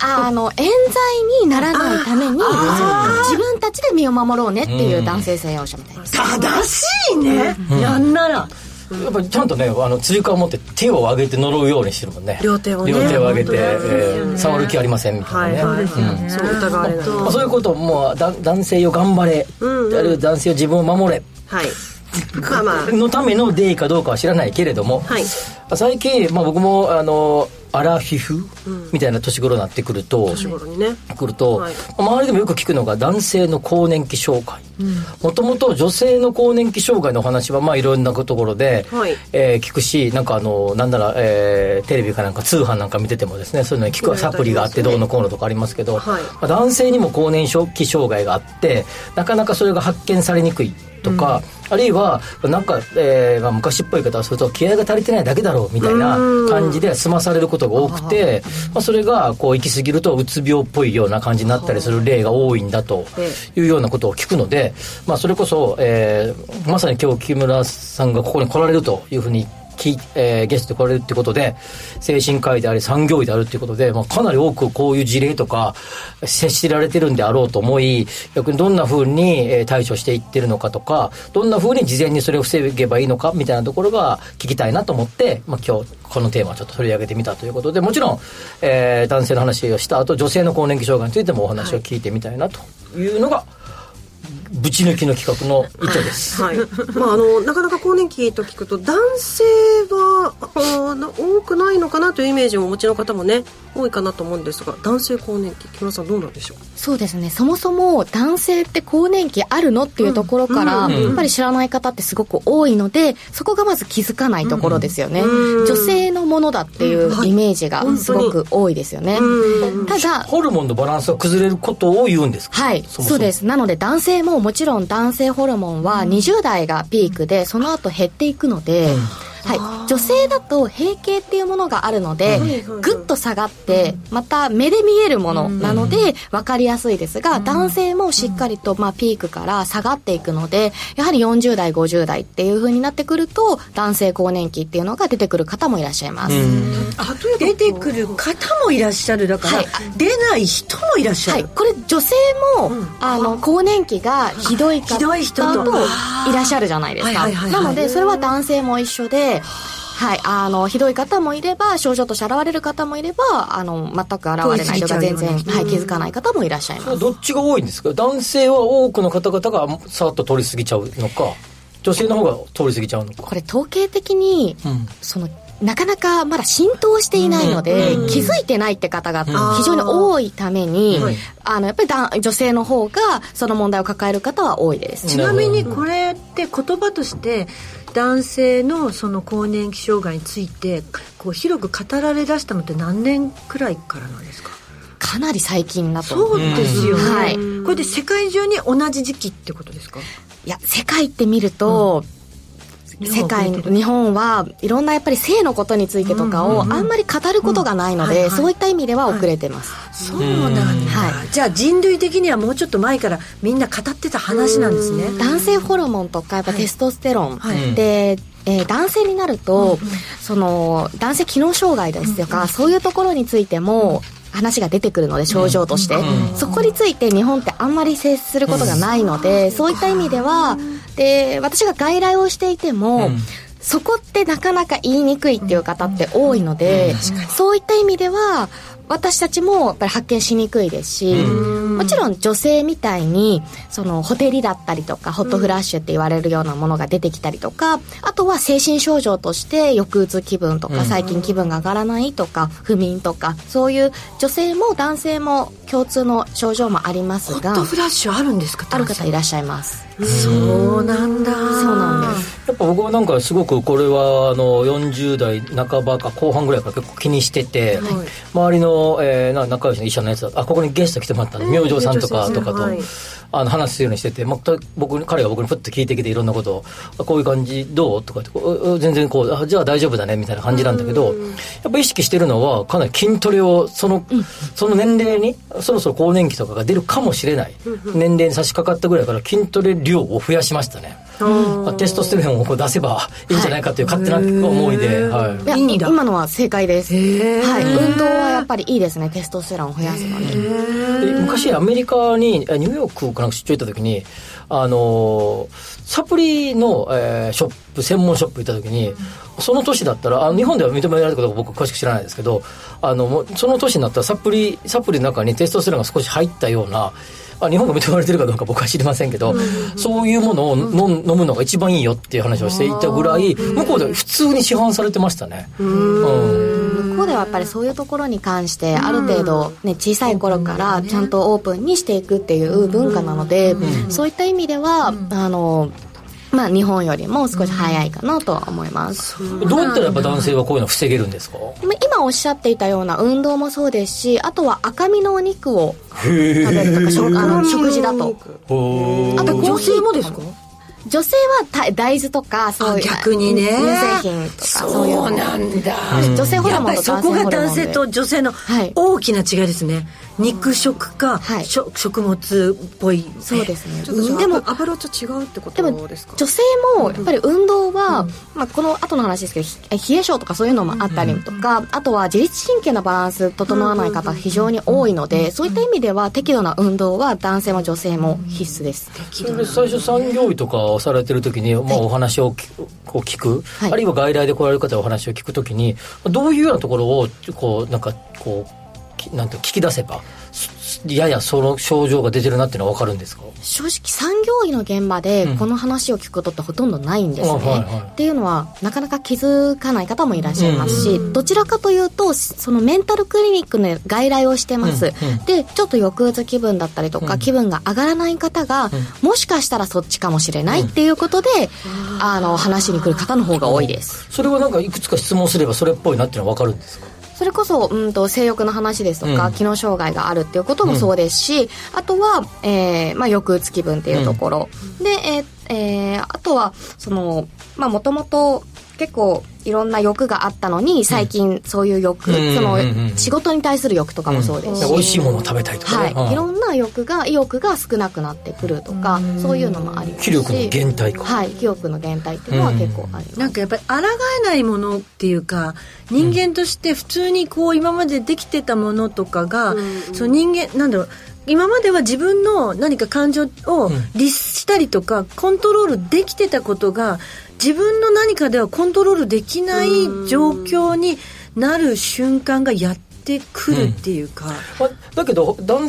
Speaker 12: があの冤罪にならないために自分たちで身を守ろうねっていう男性専用車みたいな、
Speaker 9: うん、正しいね、うん、やんなら、
Speaker 2: うん、やっぱりちゃんとねあの追加を持って手を上げて呪うようにしてるもんね
Speaker 4: 両手を、ね、
Speaker 2: 両手を上げて、ねえー、触る気ありませんみたいなね、はいはい
Speaker 4: はい、そう疑われない、
Speaker 2: まあ、そういうこともだ男性よ頑張れ、うんうん、男性を自分を守れ、
Speaker 4: はい
Speaker 2: まあまあ、のためのデイかどうかは知らないけれども、はい、最近、まあ、僕もあのアラフィフ、うん、みたいな年頃になってくると、
Speaker 4: 年頃にね、
Speaker 2: くると、はい、周りでもよく聞くのが男性の更年期障害もともと女性の更年期障害の話はまあいろんなところで、はい、えー、聞くしなんかあのなんなら、えー、テレビかなんか通販なんか見ててもですねそういうのに聞くサプリがあってどうのこうのとかありますけど、はい、まあ、男性にも更年期障害があってなかなかそれが発見されにくい。とか、うん、あるいはなんか、えーまあ、昔っぽい方はそれと気合が足りてないだけだろうみたいな感じで済まされることが多くて、まあ、それがこう行き過ぎるとうつ病っぽいような感じになったりする例が多いんだというようなことを聞くので、まあ、それこそ、えー、まさに今日木村さんがここに来られるというふうにき、えー、ゲストで来られるってことで、精神科医であり産業医であるってことで、まあ、かなり多くこういう事例とか、接しられてるんであろうと思い、逆にどんな風に、えー、対処していってるのかとか、どんな風に事前にそれを防げばいいのか、みたいなところが聞きたいなと思って、まあ、今日、このテーマをちょっと取り上げてみたということで、もちろん、えー、男性の話をした後、女性の更年期障害についてもお話を聞いてみたいなというのが、ぶち抜きの企画の意図です。
Speaker 4: はい。まああのなかなか更年期と聞くと男性は多くないのかなというイメージをお持ちの方もね多いかなと思うんですが、男性更年期木村さんどうなんでしょう。
Speaker 12: そうですね。そもそも男性って更年期あるのっていうところから、うんうんうん、やっぱり知らない方ってすごく多いので、そこがまず気づかないところですよね。女性のものだっていうイメージがすごく多いですよね。ただ
Speaker 2: ホルモンのバランスが崩れることを言うんです
Speaker 12: はい。そうです。なので男性ももちろん男性ホルモンは20代がピークで、その後減っていくので、うんはい、女性だと閉経っていうものがあるので、ぐっと下がって、また目で見えるものなので分かりやすいですが、男性もしっかりと、まあ、ピークから下がっていくのでやはり40代50代っていうふうになってくると男性更年期っていうのが出てくる方もいらっしゃいます、
Speaker 9: 出てくる方もいらっしゃるだから、はい、出ない人もいらっしゃる、はい、
Speaker 12: これ女性も、あの更年期がひどい方といらっしゃるじゃないですか、なのでそれは男性も一緒ではい、あのひどい方もいれば症状として現れる方もいればあの全く現れないとか全然、はい、気づかない方もいらっしゃいます
Speaker 2: どっちが多いんですか男性は多くの方々がさっと通り過ぎちゃうのか女性の方が通り過ぎちゃうのか
Speaker 12: これ統計的に、うん、そのなかなかまだ浸透していないので、うん、気づいてないって方が非常に多いために、うん、あのやっぱり女性の方がその問題を抱える方は多いです
Speaker 3: ちなみにこれって言葉として男性のその更年期障害についてこう広く語られだしたのって何年くらいからなんですか
Speaker 12: かなり最近だと
Speaker 3: そうですよね、はい、これ
Speaker 12: で
Speaker 3: 世界中に同じ時期ってことですか
Speaker 12: いや世界って見ると、うん世界日本はいろんなやっぱり性のことについてとかをあんまり語ることがないのでそういった意味では遅れてます、
Speaker 3: はい、そうなんだ、はい、じゃあ人類的にはもうちょっと前からみんな語ってた話なんですね
Speaker 12: 男性ホルモンとかやっぱテストステロン、はい、で、えー、男性になると、その男性機能障害ですとか、そういうところについても、話が出てくるので症状として、そこについて日本ってあんまり接することがないので、そういった意味ではで私が外来をしていても、そこってなかなか言いにくいっていう方って多いので、そういった意味では私たちもやっぱり発見しにくいですし、もちろん女性みたいにそのホテリだったりとかホットフラッシュって言われるようなものが出てきたりとか、あとは精神症状として抑うつ気分とか、最近気分が上がらないとか不眠とかそういう女性も男性も共通の症状もありますが
Speaker 3: ホットフラッシュあるんですか
Speaker 12: ある方いらっしゃいます
Speaker 3: そうなんだそう
Speaker 12: なんです、
Speaker 2: やっぱ僕はなんかすごくこれはあの40代半ばか後半ぐらいから結構気にしてて、はい、周りの、えー、な仲良しの医者のやつあここにゲスト来てもらったんで、明星さんとかとかと、はい、あの話すようにしてて、また僕彼が僕にふっと聞いてきていろんなことをこういう感じどうとかって全然こうあじゃあ大丈夫だねみたいな感じなんだけど、やっぱ意識してるのはかなり筋トレをその,、その年齢にそろそろ更年期とかが出るかもしれない年齢に差し掛かったぐらいから筋トレ量を増やしましたね。うん、テストステロンを出せばいいんじゃないかという勝手な思いで、はい
Speaker 12: い今のは正解です、はい、運動はやっぱりいいですねテストステロンを増やすのに
Speaker 2: 昔アメリカにニューヨークから出張行った時にあのサプリの、えー、ショップ専門ショップ行った時に、その年だったらあの日本では認められたことは僕詳しく知らないですけどあのその年になったらサプリサプリの中にテストステロンが少し入ったようなあ日本が認められてるかどうか僕は知りませんけど、そういうものをの、飲むのが一番いいよっていう話をしていたぐらい、向こうで普通に市販されてましたね。うん
Speaker 12: 向こうではやっぱりそういうところに関して、ある程度、ね、小さい頃からちゃんとオープンにしていくっていう文化なので、そういった意味では、あの、まあ、日本よりも少し早いかなとは思います、
Speaker 2: うん、どうやったらやっぱ男性はこういうの防げるんですか
Speaker 12: 今おっしゃっていたような運動もそうですしあとは赤身のお肉を食べるとか食あの食事だと
Speaker 3: あと女性もですか
Speaker 12: 女性は大豆とかそういう
Speaker 3: 逆にね
Speaker 12: 乳製品とかそう
Speaker 3: いうなんだ
Speaker 12: 女性ホルモンと
Speaker 3: そこが男性と女性の大きな違いですね、肉食か、はい、食物っぽい、
Speaker 12: そうですね
Speaker 4: でも油と違うってことですか
Speaker 12: 女性もやっぱり運動は、まあ、この後の話ですけど冷え性とかそういうのもあったりとか、あとは自律神経のバランス整わない方非常に多いので、そういった意味では適度な運動は男性も女性も必須です、
Speaker 2: 最初産業医とかされてる時に、まあ、お話をこう聞く、はい、あるいは外来で来られる方お話を聞くときにどういうようなところをこうなんかこうなんて聞き出せばややその症状が出てるなっていうのは分かるんですか
Speaker 12: 正直産業医の現場でこの話を聞くことってほとんどないんですね、っていうのはなかなか気づかない方もいらっしゃいますし、どちらかというとそのメンタルクリニックの外来をしてます、うんうん、でちょっと抑うつ気分だったりとか、うん、気分が上がらない方が、もしかしたらそっちかもしれないっていうことで、あの話に来る方の方が多いです
Speaker 2: それはなんかいくつか質問すればそれっぽいなっていうのは分かるんですか
Speaker 12: それこそ、うんと、と性欲の話ですとか、うん、機能障害があるっていうこともそうですし、うん、あとは、えーまあ、抑うつ気分っていうところ、うん、で、えーえー、あとはそのまあもともと結構いろんな欲があったのに最近そういう欲、その仕事に対する欲とかもそうですし、うん、
Speaker 2: 美味しいものを食べたいとか、
Speaker 12: ね、はい、いろんな欲が意欲が少なくなってくるとか、そういうのもあります
Speaker 2: し気力の減退か
Speaker 12: はい気力の減退っていうのは結構あります、うん
Speaker 3: なんかやっぱり抗えないものっていうか人間として普通にこう今までできてたものとかが、うん、その人間なんだろう今までは自分の何か感情を律したりとか、コントロールできてたことが自分の何かではコントロールできない状況になる瞬間がやってくるっていうか、うん
Speaker 2: まあ、だけど男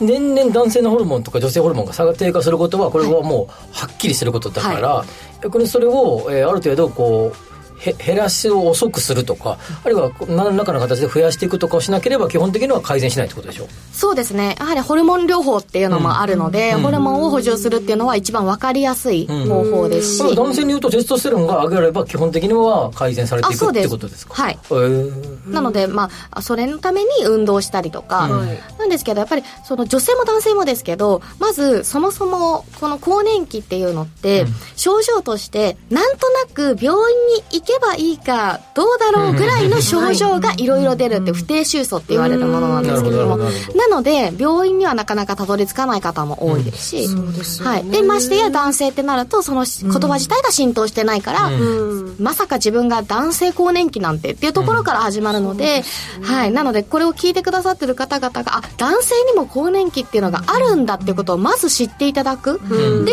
Speaker 2: 年々男性のホルモンとか女性ホルモンが低下することはこれはもうはっきりすることだから、はい、逆にそれを、えー、ある程度こうへ減らしを遅くするとかあるいは何らかの形で増やしていくとかをしなければ基本的には改善しないってことでしょ、
Speaker 12: そうですねやはりホルモン療法っていうのもあるので、うん、ホルモンを補充するっていうのは一番分かりやすい方法ですし、うん
Speaker 2: 男性に言うとテストステロンが上がれば基本的には改善されていくってことですか
Speaker 12: はい、えー、なのでまあそれのために運動したりとか、うん、なんですけどやっぱりその女性も男性もですけどまずそもそもこの更年期っていうのって、症状としてなんとなく病院に行けばいいかどうだろうぐらいの症状がいろいろ出るって不定収素って言われるものなんですけれどもなので病院にはなかなかたどり着かない方も多いですし、うん、はい、でましてや男性ってなるとその言葉自体が浸透してないから、うん、まさか自分が男性更年期なんてっていうところから始まるので、うん、はい、なのでこれを聞いてくださってる方々があ男性にも更年期っていうのがあるんだっていうことをまず知っていただく、で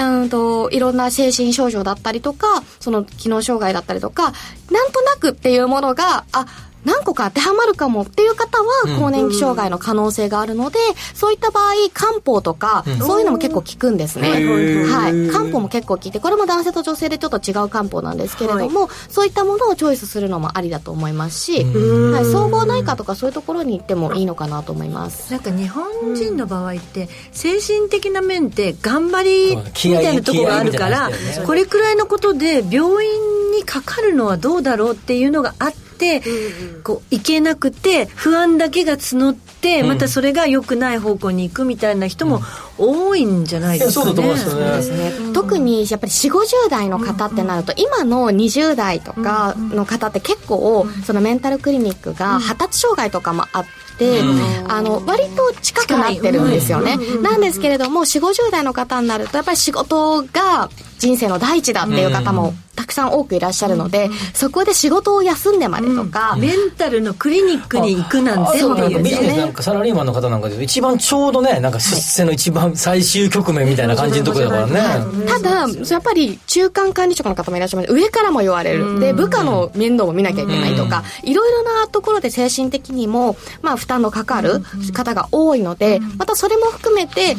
Speaker 12: うんといろんな精神症状だったりとかその機能障害だったりとかなんとなくっていうものがあ何個か当てはまるかもっていう方は更年期障害の可能性があるので、うん、そういった場合漢方とか、うん、そういうのも結構効くんですね、はい、漢方も結構効いてこれも男性と女性でちょっと違う漢方なんですけれども、はい、そういったものをチョイスするのもありだと思いますし、はい、総合内科とかそういうところに行ってもいいのかなと思います
Speaker 9: なんか日本人の場合って精神的な面で頑張りみたいなとこがあるから、ね、これくらいのことで病院にかかるのはどうだろうっていうのがあってっ、うん、こう行けなくて不安だけが募ってまたそれが良くない方向に行くみたいな人も多いんじゃないですかね。うん、そう
Speaker 12: ですね、うん、特にやっぱり4 5 0代の方ってなると、今の20代とかの方って結構、そのメンタルクリニックが発達障害とかもあって。っあの割と近くなってるんですよね、なんですけれども4 5 0代の方になるとやっぱり仕事が人生の第一だっていう方もたくさん多くいらっしゃるので、そこで仕事を休んでまでとか、、
Speaker 9: うん、メンタルのクリニックに行くなんて
Speaker 2: そうなんですねビジネスなんかサラリーマンの方なんかで一番ちょうどねなんか出世の一番最終局面みたいな感じのところだからね、はい
Speaker 12: ただやっぱり中間管理職の方もいらっしゃいます上からも言われるで部下の面倒も見なきゃいけないとかいろいろなところで精神的にもまあ負担のかかる方が多いので、またそれも含めて、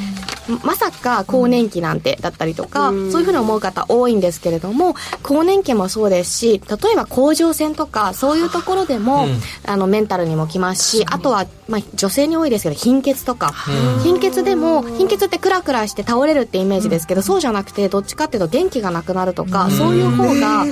Speaker 12: まさか更年期なんてだったりとか、うん、そういうふうに思う方多いんですけれども、更年期もそうですし、例えば甲状腺とか、そういうところでも、うん、あの、メンタルにもきますし、あとは、まあ、女性に多いですけど、貧血とか、うん、貧血でも、貧血ってクラクラして倒れるってイメージですけど、そうじゃなくて、どっちかっていうと元気がなくなるとか、そういう方が、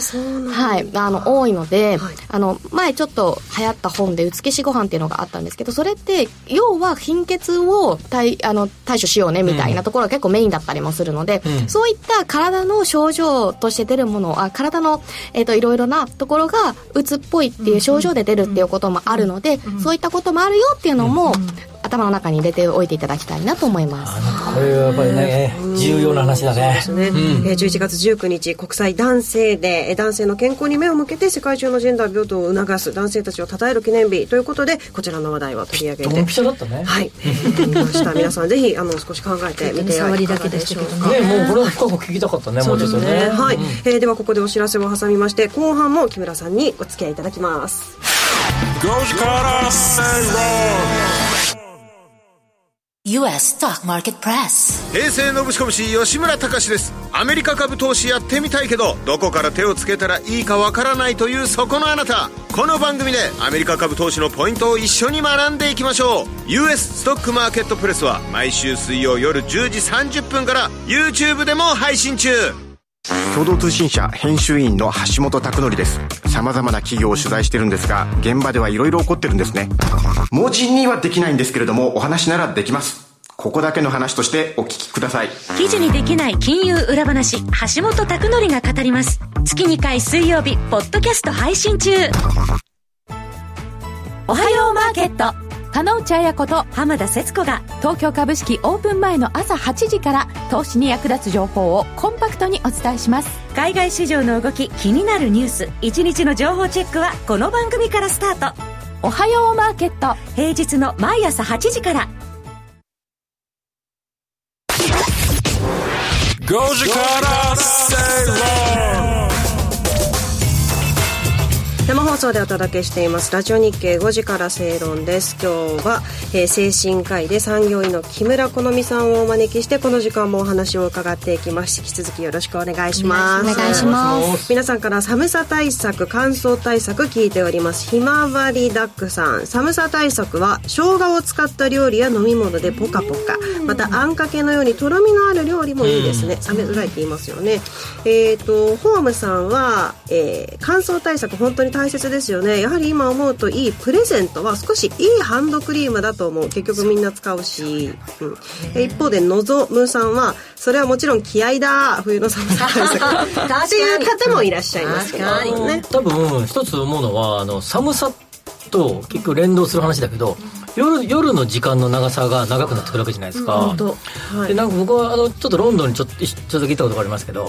Speaker 12: はい、あの、多いので、はい、あの、前ちょっと流行った本で、うつけしご飯っていうのがあったんですけど、それって要は貧血を対あの対処しようねみたいなところが結構メインだったりもするので、うん、そういった体の症状として出るものあ体の、えーと、といろいろなところがうつっぽいっていう症状で出るっていうこともあるので、うん、そういったこともあるよっていうのも、うん、頭の中に入れておいていただきたいなと思います。
Speaker 2: これはやっぱりね、重要な話だね。
Speaker 4: そうですね。うん、11月19日、国際男性デー、男性の健康に目を向けて世界中のジェンダー平等を促す男性たちを称える記念日ということで、こちらの話題は取り上げて。ド
Speaker 2: ンピシャだったね。
Speaker 4: はい。見ました。皆さんぜひ、あの、少し考えてみて
Speaker 9: はいかがでしょうか。
Speaker 2: ね、もうこれは深く聞きたかったね、もうちょっとね。
Speaker 4: はい。えではここでお知らせを挟みまして、後半も木村さんにお付き合いいただきます。
Speaker 13: US Stock Market Press
Speaker 14: 平成のぶしこぶし吉村隆ですアメリカ株投資やってみたいけどどこから手をつけたらいいかわからないというそこのあなたこの番組でアメリカ株投資のポイントを一緒に学んでいきましょう US ストックマーケットプレスは毎週水曜夜10時30分から YouTube でも配信中
Speaker 15: 共同通信社編集員の橋本拓典です様々な企業を取材してるんですが現場ではいろいろ起こってるんですね文字にはできないんですけれどもお話ならできますここだけの話としてお聞きください
Speaker 13: 記事にできない金融裏話橋本拓典が語ります月2回水曜日ポッドキャスト配信中
Speaker 16: おはようマーケット加納茶也子と浜田節子が東京株式オープン前の朝8時から投資に役立つ情報をコンパクトにお伝えします
Speaker 13: 海外市場の動き気になるニュース1日の情報チェックはこの番組からスタート
Speaker 16: おはようマーケット
Speaker 13: 平日の毎朝8時から
Speaker 1: 5時から正論
Speaker 4: 生放送でお届けしていますラジオ日経5時から正論です今日は、えー、精神科医で産業医の木村好美さんをお招きしてこの時間もお話を伺っていきます引き続きよろしくお願いします
Speaker 12: お願いします
Speaker 4: 皆さんから寒さ対策乾燥対策聞いておりますひまわりダックさん寒さ対策は生姜を使った料理や飲み物でポカポカまたあんかけのようにとろみのある料理もいいですね冷めづらいって言いますよねえっ、ー、とホームさんは、えー、乾燥対策本当に大切ですよねやはり今思うといいプレゼントは少しいいハンドクリームだと思う結局みんな使うし、うん、え一方でのぞむさんはそれはもちろん気合だ冬の寒さ対策っていう方もいらっしゃいますけどね
Speaker 2: 多分一つ思うのはあの寒さと結局連動する話だけど、夜夜の時間の長さが長くなってくるわけじゃないですか、うんはい、でなんか僕はあのちょっとロンドンにちょっとちょっと行ったことがありますけど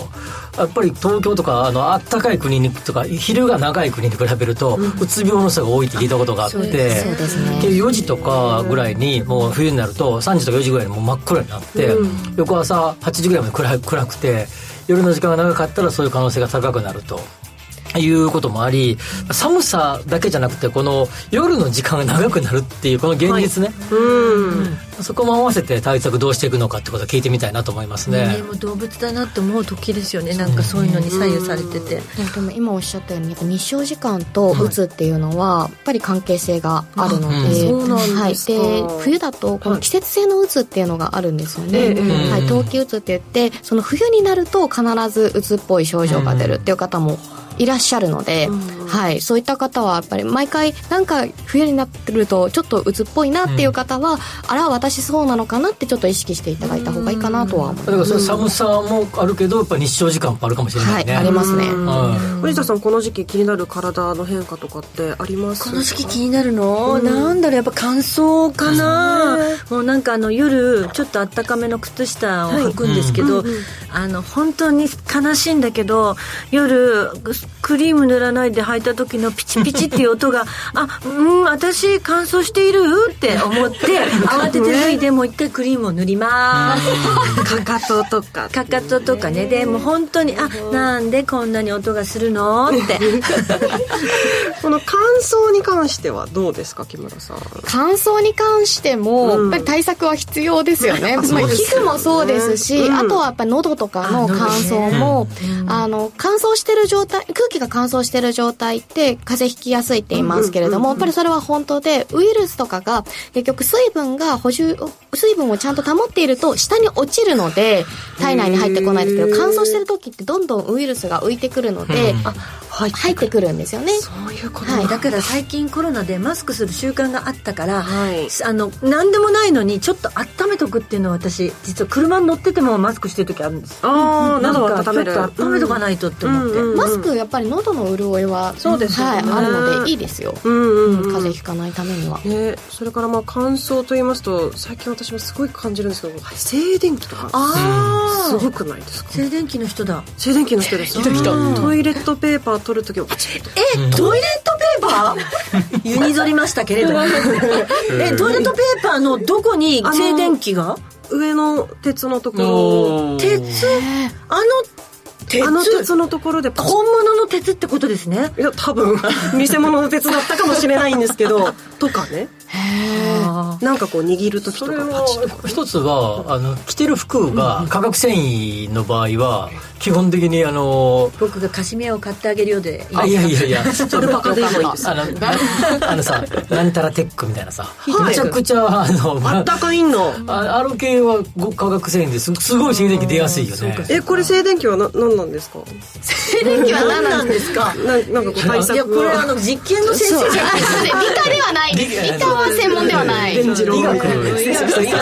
Speaker 2: やっぱり東京とかあのあったかい国にとか昼が長い国に比べると、うん、うつ病の人が多いって聞いたことがあって、うんね、4時とかぐらいにもう冬になると3時とか4時ぐらいにもう真っ暗になって、うん、翌朝8時ぐらいまで暗暗くて夜の時間が長かったらそういう可能性が高くなると。いうこともあり寒さだけじゃなくてこの夜の時間が長くなるっていうこの現実ね、はい、そこも合わせて対策どうしていくのかってことを聞いてみたいなと思いますね
Speaker 3: も動物だなと思う時ですよねなんかそういうのに左右されてて、
Speaker 12: でも今おっしゃったようにやっぱ日照時間とうつっていうのはやっぱり関係性があるので,、はい、で冬だとこの季節性のうつっていうのがあるんですよね、はい冬季うつって言ってその冬になると必ずうつっぽい症状が出るっていう方もいらっしゃるので、はい、そういった方はやっぱり毎回なんか冬になってるとちょっと鬱っぽいなっていう方は、うん、あら私そうなのかなってちょっと意識していただいた方がいいかなとは思います
Speaker 2: だからそれ寒さもあるけどやっぱ日照時間もあるかもしれないね、
Speaker 12: はい、ありますね
Speaker 4: 森田さんこの時期気になる体の変化とかってあります
Speaker 3: この時期気になるの、うん、なんだろうやっぱ乾燥かな、ね、もうなんかあの夜ちょっとあったかめの靴下を履くんですけど、あの本当に悲しいんだけど夜クリーム塗らないで履いた時のピチピチっていう 音があうん私乾燥しているって思って 慌てて脱いでもう一回クリームを塗ります
Speaker 4: かかととか
Speaker 3: かかととかねでも本当にあなんでこんなに音がするのって
Speaker 4: この乾燥に関してはどうですか木村さん
Speaker 12: 乾燥に関しても、やっぱり対策は必要です よね、うん、まあ、皮膚もそうですし、うん、あとはやっぱり喉とかの乾燥も、あ,ねうん、あの乾燥してる状態空気が乾燥してる状態って風邪ひきやすいって言いますけれども、やっぱりそれは本当で、ウイルスとかが結局水分が補充、水分をちゃんと保っていると下に落ちるので、体内に入ってこないですけど、乾燥してる時ってどんどんウイルスが浮いてくるので、入って入ってくるんですよね。
Speaker 3: そういうこと、はい、だから最近コロナでマスクする習慣があったから、はい、あの、何でもないのにちょっと温めとくっていうのは私、実は車に乗っててもマスクしてる時あるんです。
Speaker 4: ああ、喉を温める。
Speaker 3: 温めとかないとって思って。
Speaker 12: マスクやっぱり喉の潤いは、
Speaker 4: そうです、ね、はい
Speaker 12: あるのでいいですよ、うん風邪ひかないためには、
Speaker 4: ね、それからまあ乾燥と言いますと最近私もすごい感じるんですけど静電気とかあすごくないですか
Speaker 3: 静電気の人だ
Speaker 4: 静電気の人ですトイレットペーパー取る時はパチッと
Speaker 3: え、トイレットペーパー湯にぞりましたけれどえトイレットペーパーのどこに静電気が
Speaker 4: 上の鉄のところ
Speaker 3: 鉄あの
Speaker 4: あの鉄のところで
Speaker 3: 本物の鉄ってことですね
Speaker 4: いや多分偽物の鉄だったかもしれないんですけ どとかねなんかこう握る時とかパチッとか、
Speaker 2: ね、一つはあの着てる服が化学繊維の場合は基本的にあの
Speaker 3: ー、僕がカシミヤを買ってあげるようで
Speaker 2: いいやいやいや
Speaker 4: それバカでもいいですあの
Speaker 2: あのさなんたらテックみたいなさ、はい、めちゃくちゃあの
Speaker 4: あったかいの
Speaker 2: あある系は化学繊維ですすごい静電気出やすいよね
Speaker 4: えこれ静電気はな何なんですか
Speaker 3: 静電気は何なんですか
Speaker 4: ななんかこう対策
Speaker 3: いやこれあの実験の先生じゃないです
Speaker 12: 理科ではない です理科は専門ではない
Speaker 4: 電磁
Speaker 3: 理学内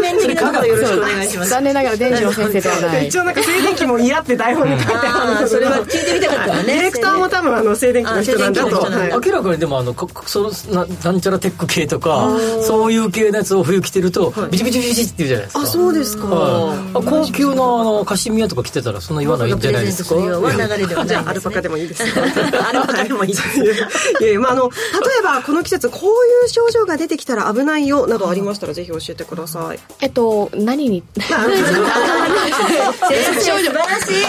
Speaker 3: 面的なことよろしくお願いします
Speaker 12: 残念ながら電磁の先生ではない
Speaker 4: 一応なんか静電気も嫌って台本に書いてあ
Speaker 3: るそれは聞いてみたかったわね
Speaker 4: ディレクターも多分あの静電気の人なんだと
Speaker 2: 明らかにでもあのそのななんちゃらテック系とかそういう系のやつを冬着てるとビチビチビチっていうじゃないですかあ
Speaker 4: そうですか
Speaker 2: 高級なあのカシミヤとか着てたらそんな言わないんじゃないですか
Speaker 4: じゃあアルパカでもいい ですアルパカでもいいですいやまああの例えばこの季節こういう症状が出てきたら危ないよなどありましたらぜひ教えてください
Speaker 12: えっと何りに。
Speaker 3: 先生素晴らしい。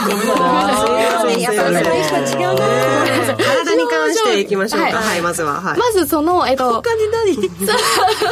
Speaker 3: ごめんなさい。やっぱり人違うな。
Speaker 4: 体に関していきましょうか。はい、まずは、はい。
Speaker 12: まずその、えっと、
Speaker 3: 他に何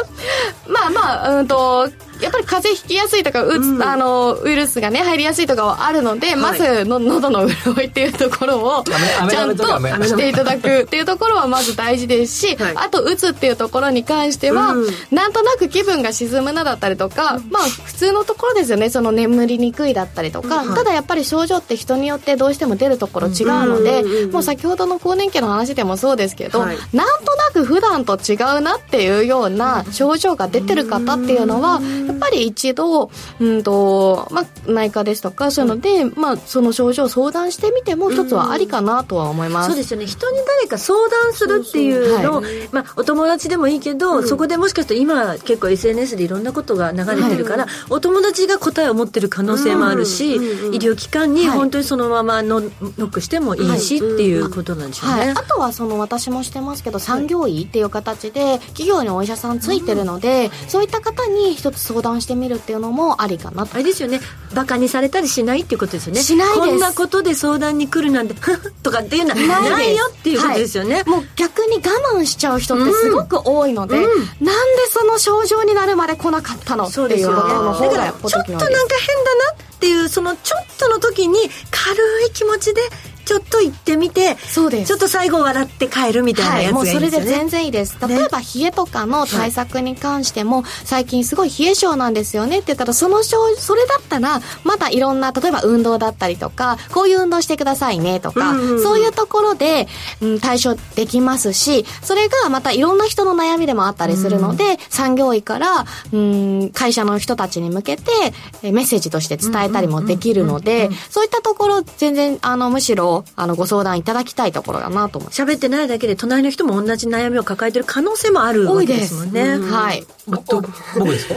Speaker 12: まあまあ、うんと、やっぱり風邪ひきやすいとか、うつ、あの、ウイルスがね、入りやすいとかはあるので、まずの、喉の潤いっていうところを、ちゃんとしていただくっていうところはまず大事ですし、あと、うつっていうところに関しては、なんとなく気分が沈むなだったりとか、まあ、普通のところですよね、その眠りにくいだったりとか、ただやっぱり症状って人によってどうしても出るところ違うので、もう先ほどの更年期の話でもそうですけど、なんとなく普段と違うなっていうような症状が出てる方っていうのは、やっぱり一度、うんとまあ、内科ですとかそういうので、まあ、その症状を相談してみても一つはありかなとは思います、
Speaker 3: そうですよね人に誰か相談するっていうのを、まあ、お友達でもいいけど、そこでもしかしたら今結構 SNS でいろんなことが流れてるから、お友達が答えを持ってる可能性もあるし、医療機関に本当にそのままノックしてもいいし、っていうことなんでしょうね、
Speaker 12: あとはその私もしてますけど産業医っていう形で企業にお医者さんついてるので、そういった方に一つ相談してみるっていうのもありかな
Speaker 3: あれですよねバカにされたりしないっていうことですよね
Speaker 12: しないです
Speaker 3: こんなことで相談に来るなんてとかっていうのはないよっていうことですよね、はい、
Speaker 12: もう逆に我慢しちゃう人ってすごく多いので、うんうん、なんでその症状になるまで来なかったのっていうことの方がやっぱ
Speaker 3: ちょっとなんか変だなっていうそのちょっとの時に軽い気持ちでちょっと行ってみて
Speaker 12: そうです
Speaker 3: ちょっと最後笑って帰るみたいなやつ
Speaker 12: がいい、ね、もうそれで全然いいです例えば冷えとかの対策に関しても、ね、最近すごい冷え性なんですよねって言ったらその症それだったらまたいろんな例えば運動だったりとかこういう運動してくださいねとか、そういうところで、うん、対処できますしそれがまたいろんな人の悩みでもあったりするので、うん、産業医から、うん、会社の人たちに向けてメッセージとして伝えたりもできるのでそういったところ全然あのむしろあのご相談いただきたいところだなと思って
Speaker 3: 喋ってないだけで隣の人も同じ悩みを抱えてる可能性もあるわけですもんね
Speaker 12: はい
Speaker 2: 僕ですか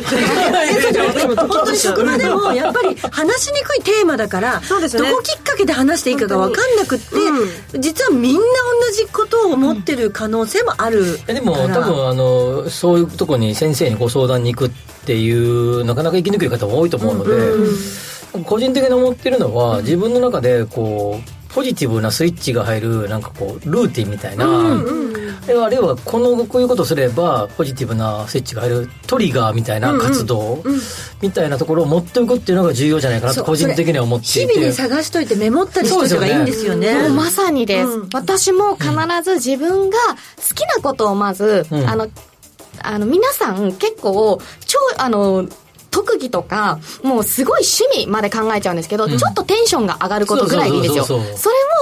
Speaker 3: 本当に職場でもやっぱり話しにくいテーマだから、ね、どこきっかけで話していいかが分かんなくって、うん、実はみんな同じことを思ってる可能性もある、
Speaker 2: うん、でも多分あのそういうとこに先生にご相談に行くっていうなかなか生き抜ける方も多いと思うので、うん、個人的に思ってるのは自分の中でこうポジティブなスイッチが入るなんかこうルーティンみたいな、あるいはこのこういうことすればポジティブなスイッチが入るトリガーみたいな活動みたいなところを持っておくっていうのが重要じゃないかなと個人的には思っていて
Speaker 3: 日々で探しといてメモったりしておけばいいんですよね、
Speaker 12: ね、まさにです、うん、私も必ず自分が好きなことをまず、うん、あのあの皆さん結構超あの特技とか、もうすごい趣味まで考えちゃうんですけど、うん、ちょっとテンションが上がることぐらいでいいですよ。それ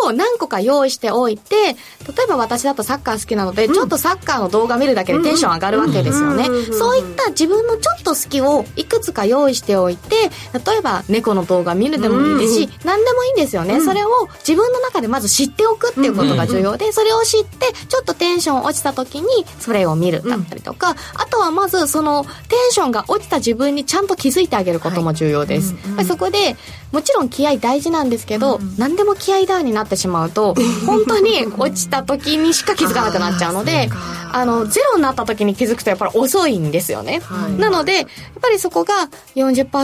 Speaker 12: も何個か用意しておいて、例えば私だとサッカー好きなので、うん、ちょっとサッカーの動画見るだけでテンション上がるわけですよね。そういった自分のちょっと好きをいくつか用意しておいて、例えば猫の動画見るでもいいですし、うんうん、何でもいいんですよね。うん、それを自分の中でまず知っておくっていうことが重要で、それを知って、ちょっとテンション落ちた時にそれを見るだったりとか、あとはまずそのテンションが落ちた自分にちゃんとゃんと気づいてあげることも重要です、はいうん、そこでもちろん気合大事なんですけど、うん、何でも気合ダウンになってしまう と本当に落ちた時にしか気づかなくなっちゃうのであのゼロになった時に気づくとやっぱり遅いんですよね、はい、なのでやっぱりそこが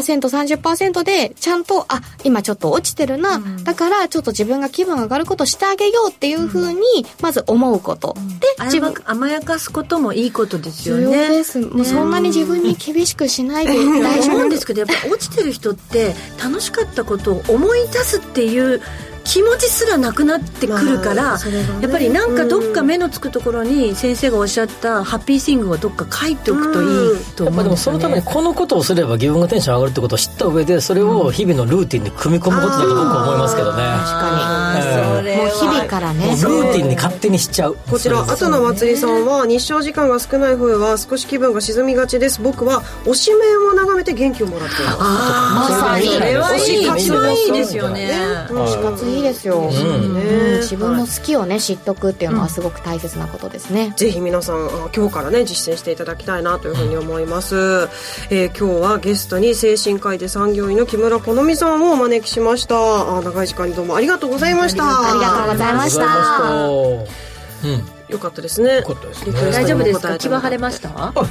Speaker 12: 40%30% でちゃんとあ今ちょっと落ちてるな、うん、だからちょっと自分が気分上がることしてあげようっていうふうにまず思うこと、
Speaker 3: で自分甘やかすこともいいことですよね重要
Speaker 12: です、ね、もうそんなに自分に厳しくしないで
Speaker 3: 大事 なんですけどやっぱ落ちてる人って楽しかったことを思い出すっていう気持ちすらなくなってくるから、やっぱりなんかどっか目のつくところに先生がおっしゃったハッピーシングをどっか書いておくといいと思う
Speaker 2: で、
Speaker 3: ん
Speaker 2: ね、でもそのためにこのことをすれば自分がテンション上がるってことを知った上でそれを日々のルーティンに組み込むことだと僕は思いますけどね
Speaker 12: 確かに、えー、もう日々からね
Speaker 2: ルーティンに勝手にしちゃう
Speaker 4: こちら後のまつりさんは日照時間が少ない冬は少し気分が沈みがちです僕は推し面を眺めて元気をもらっています
Speaker 3: ああまさにそれはいい一番いいですよね
Speaker 12: ねいいですよ、自分の好きをね知っとくっていうのはすごく大切なことですね、
Speaker 4: ぜひ皆さん今日からね実践していただきたいなというふうに思います、えー、今日はゲストに精神科医で産業医の木村好美さんをお招きしましたあ長い時間にどうもありがとうございました
Speaker 12: ありがとうございました
Speaker 4: よかったですね。
Speaker 3: 大丈夫ですか。気は晴れました。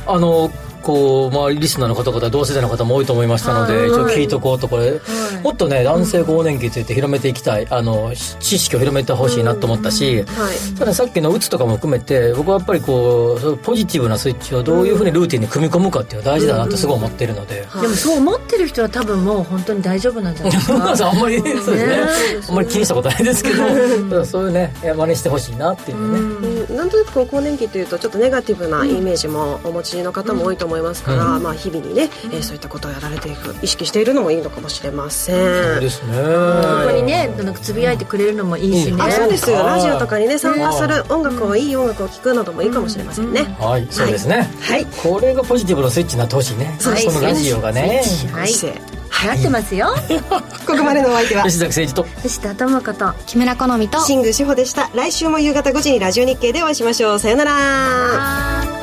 Speaker 2: あのこう、まあ、リスナーの方々同世代の方も多いと思いましたので、
Speaker 1: はい
Speaker 2: ちょっと聞いとこうとこれ、もっとね男性更年期について広めていきたいあのし知識を広めてほしいなと思ったし、たださっきのうつとかも含めて僕はやっぱりこうそうポジティブなスイッチをどういうふうにルーティンに組み込むかっていうのは大事だなってすごい思ってるので、
Speaker 9: でもそう思ってる人は多分もう本当に大丈夫なんじゃないですか
Speaker 2: あんまりそうですねあんまり気にしたことないですけどただそういうねいや真似してほしいなっていうね、
Speaker 4: うんなんとなくこう更年期というとちょっとネガティブなイメージもお持ちの方も多いと思いますから、
Speaker 2: うん
Speaker 4: まあ、日々にね、えーそういったことをやられていく意識しているのもいいのかもしれません。
Speaker 2: そうですね
Speaker 9: ここにねなんかつぶやいてくれるのもいいしね、
Speaker 4: あそうですよラジオとかにね参加す
Speaker 9: ね
Speaker 4: る音楽をいい音楽を聴くなどもいいかもしれませんね、
Speaker 2: はい、そうですね。
Speaker 4: はい、
Speaker 2: これがポジティブのスイッチになってほしいね。
Speaker 4: そうです
Speaker 2: このラジオがね。
Speaker 9: はい流行ってますよ
Speaker 4: ここまでのお相手は
Speaker 2: 吉崎誠二と。
Speaker 4: 藤田智子と
Speaker 12: 木村好みと
Speaker 4: シング志保でした来週も夕方5時にラジオ日経でお会いしましょうさよなら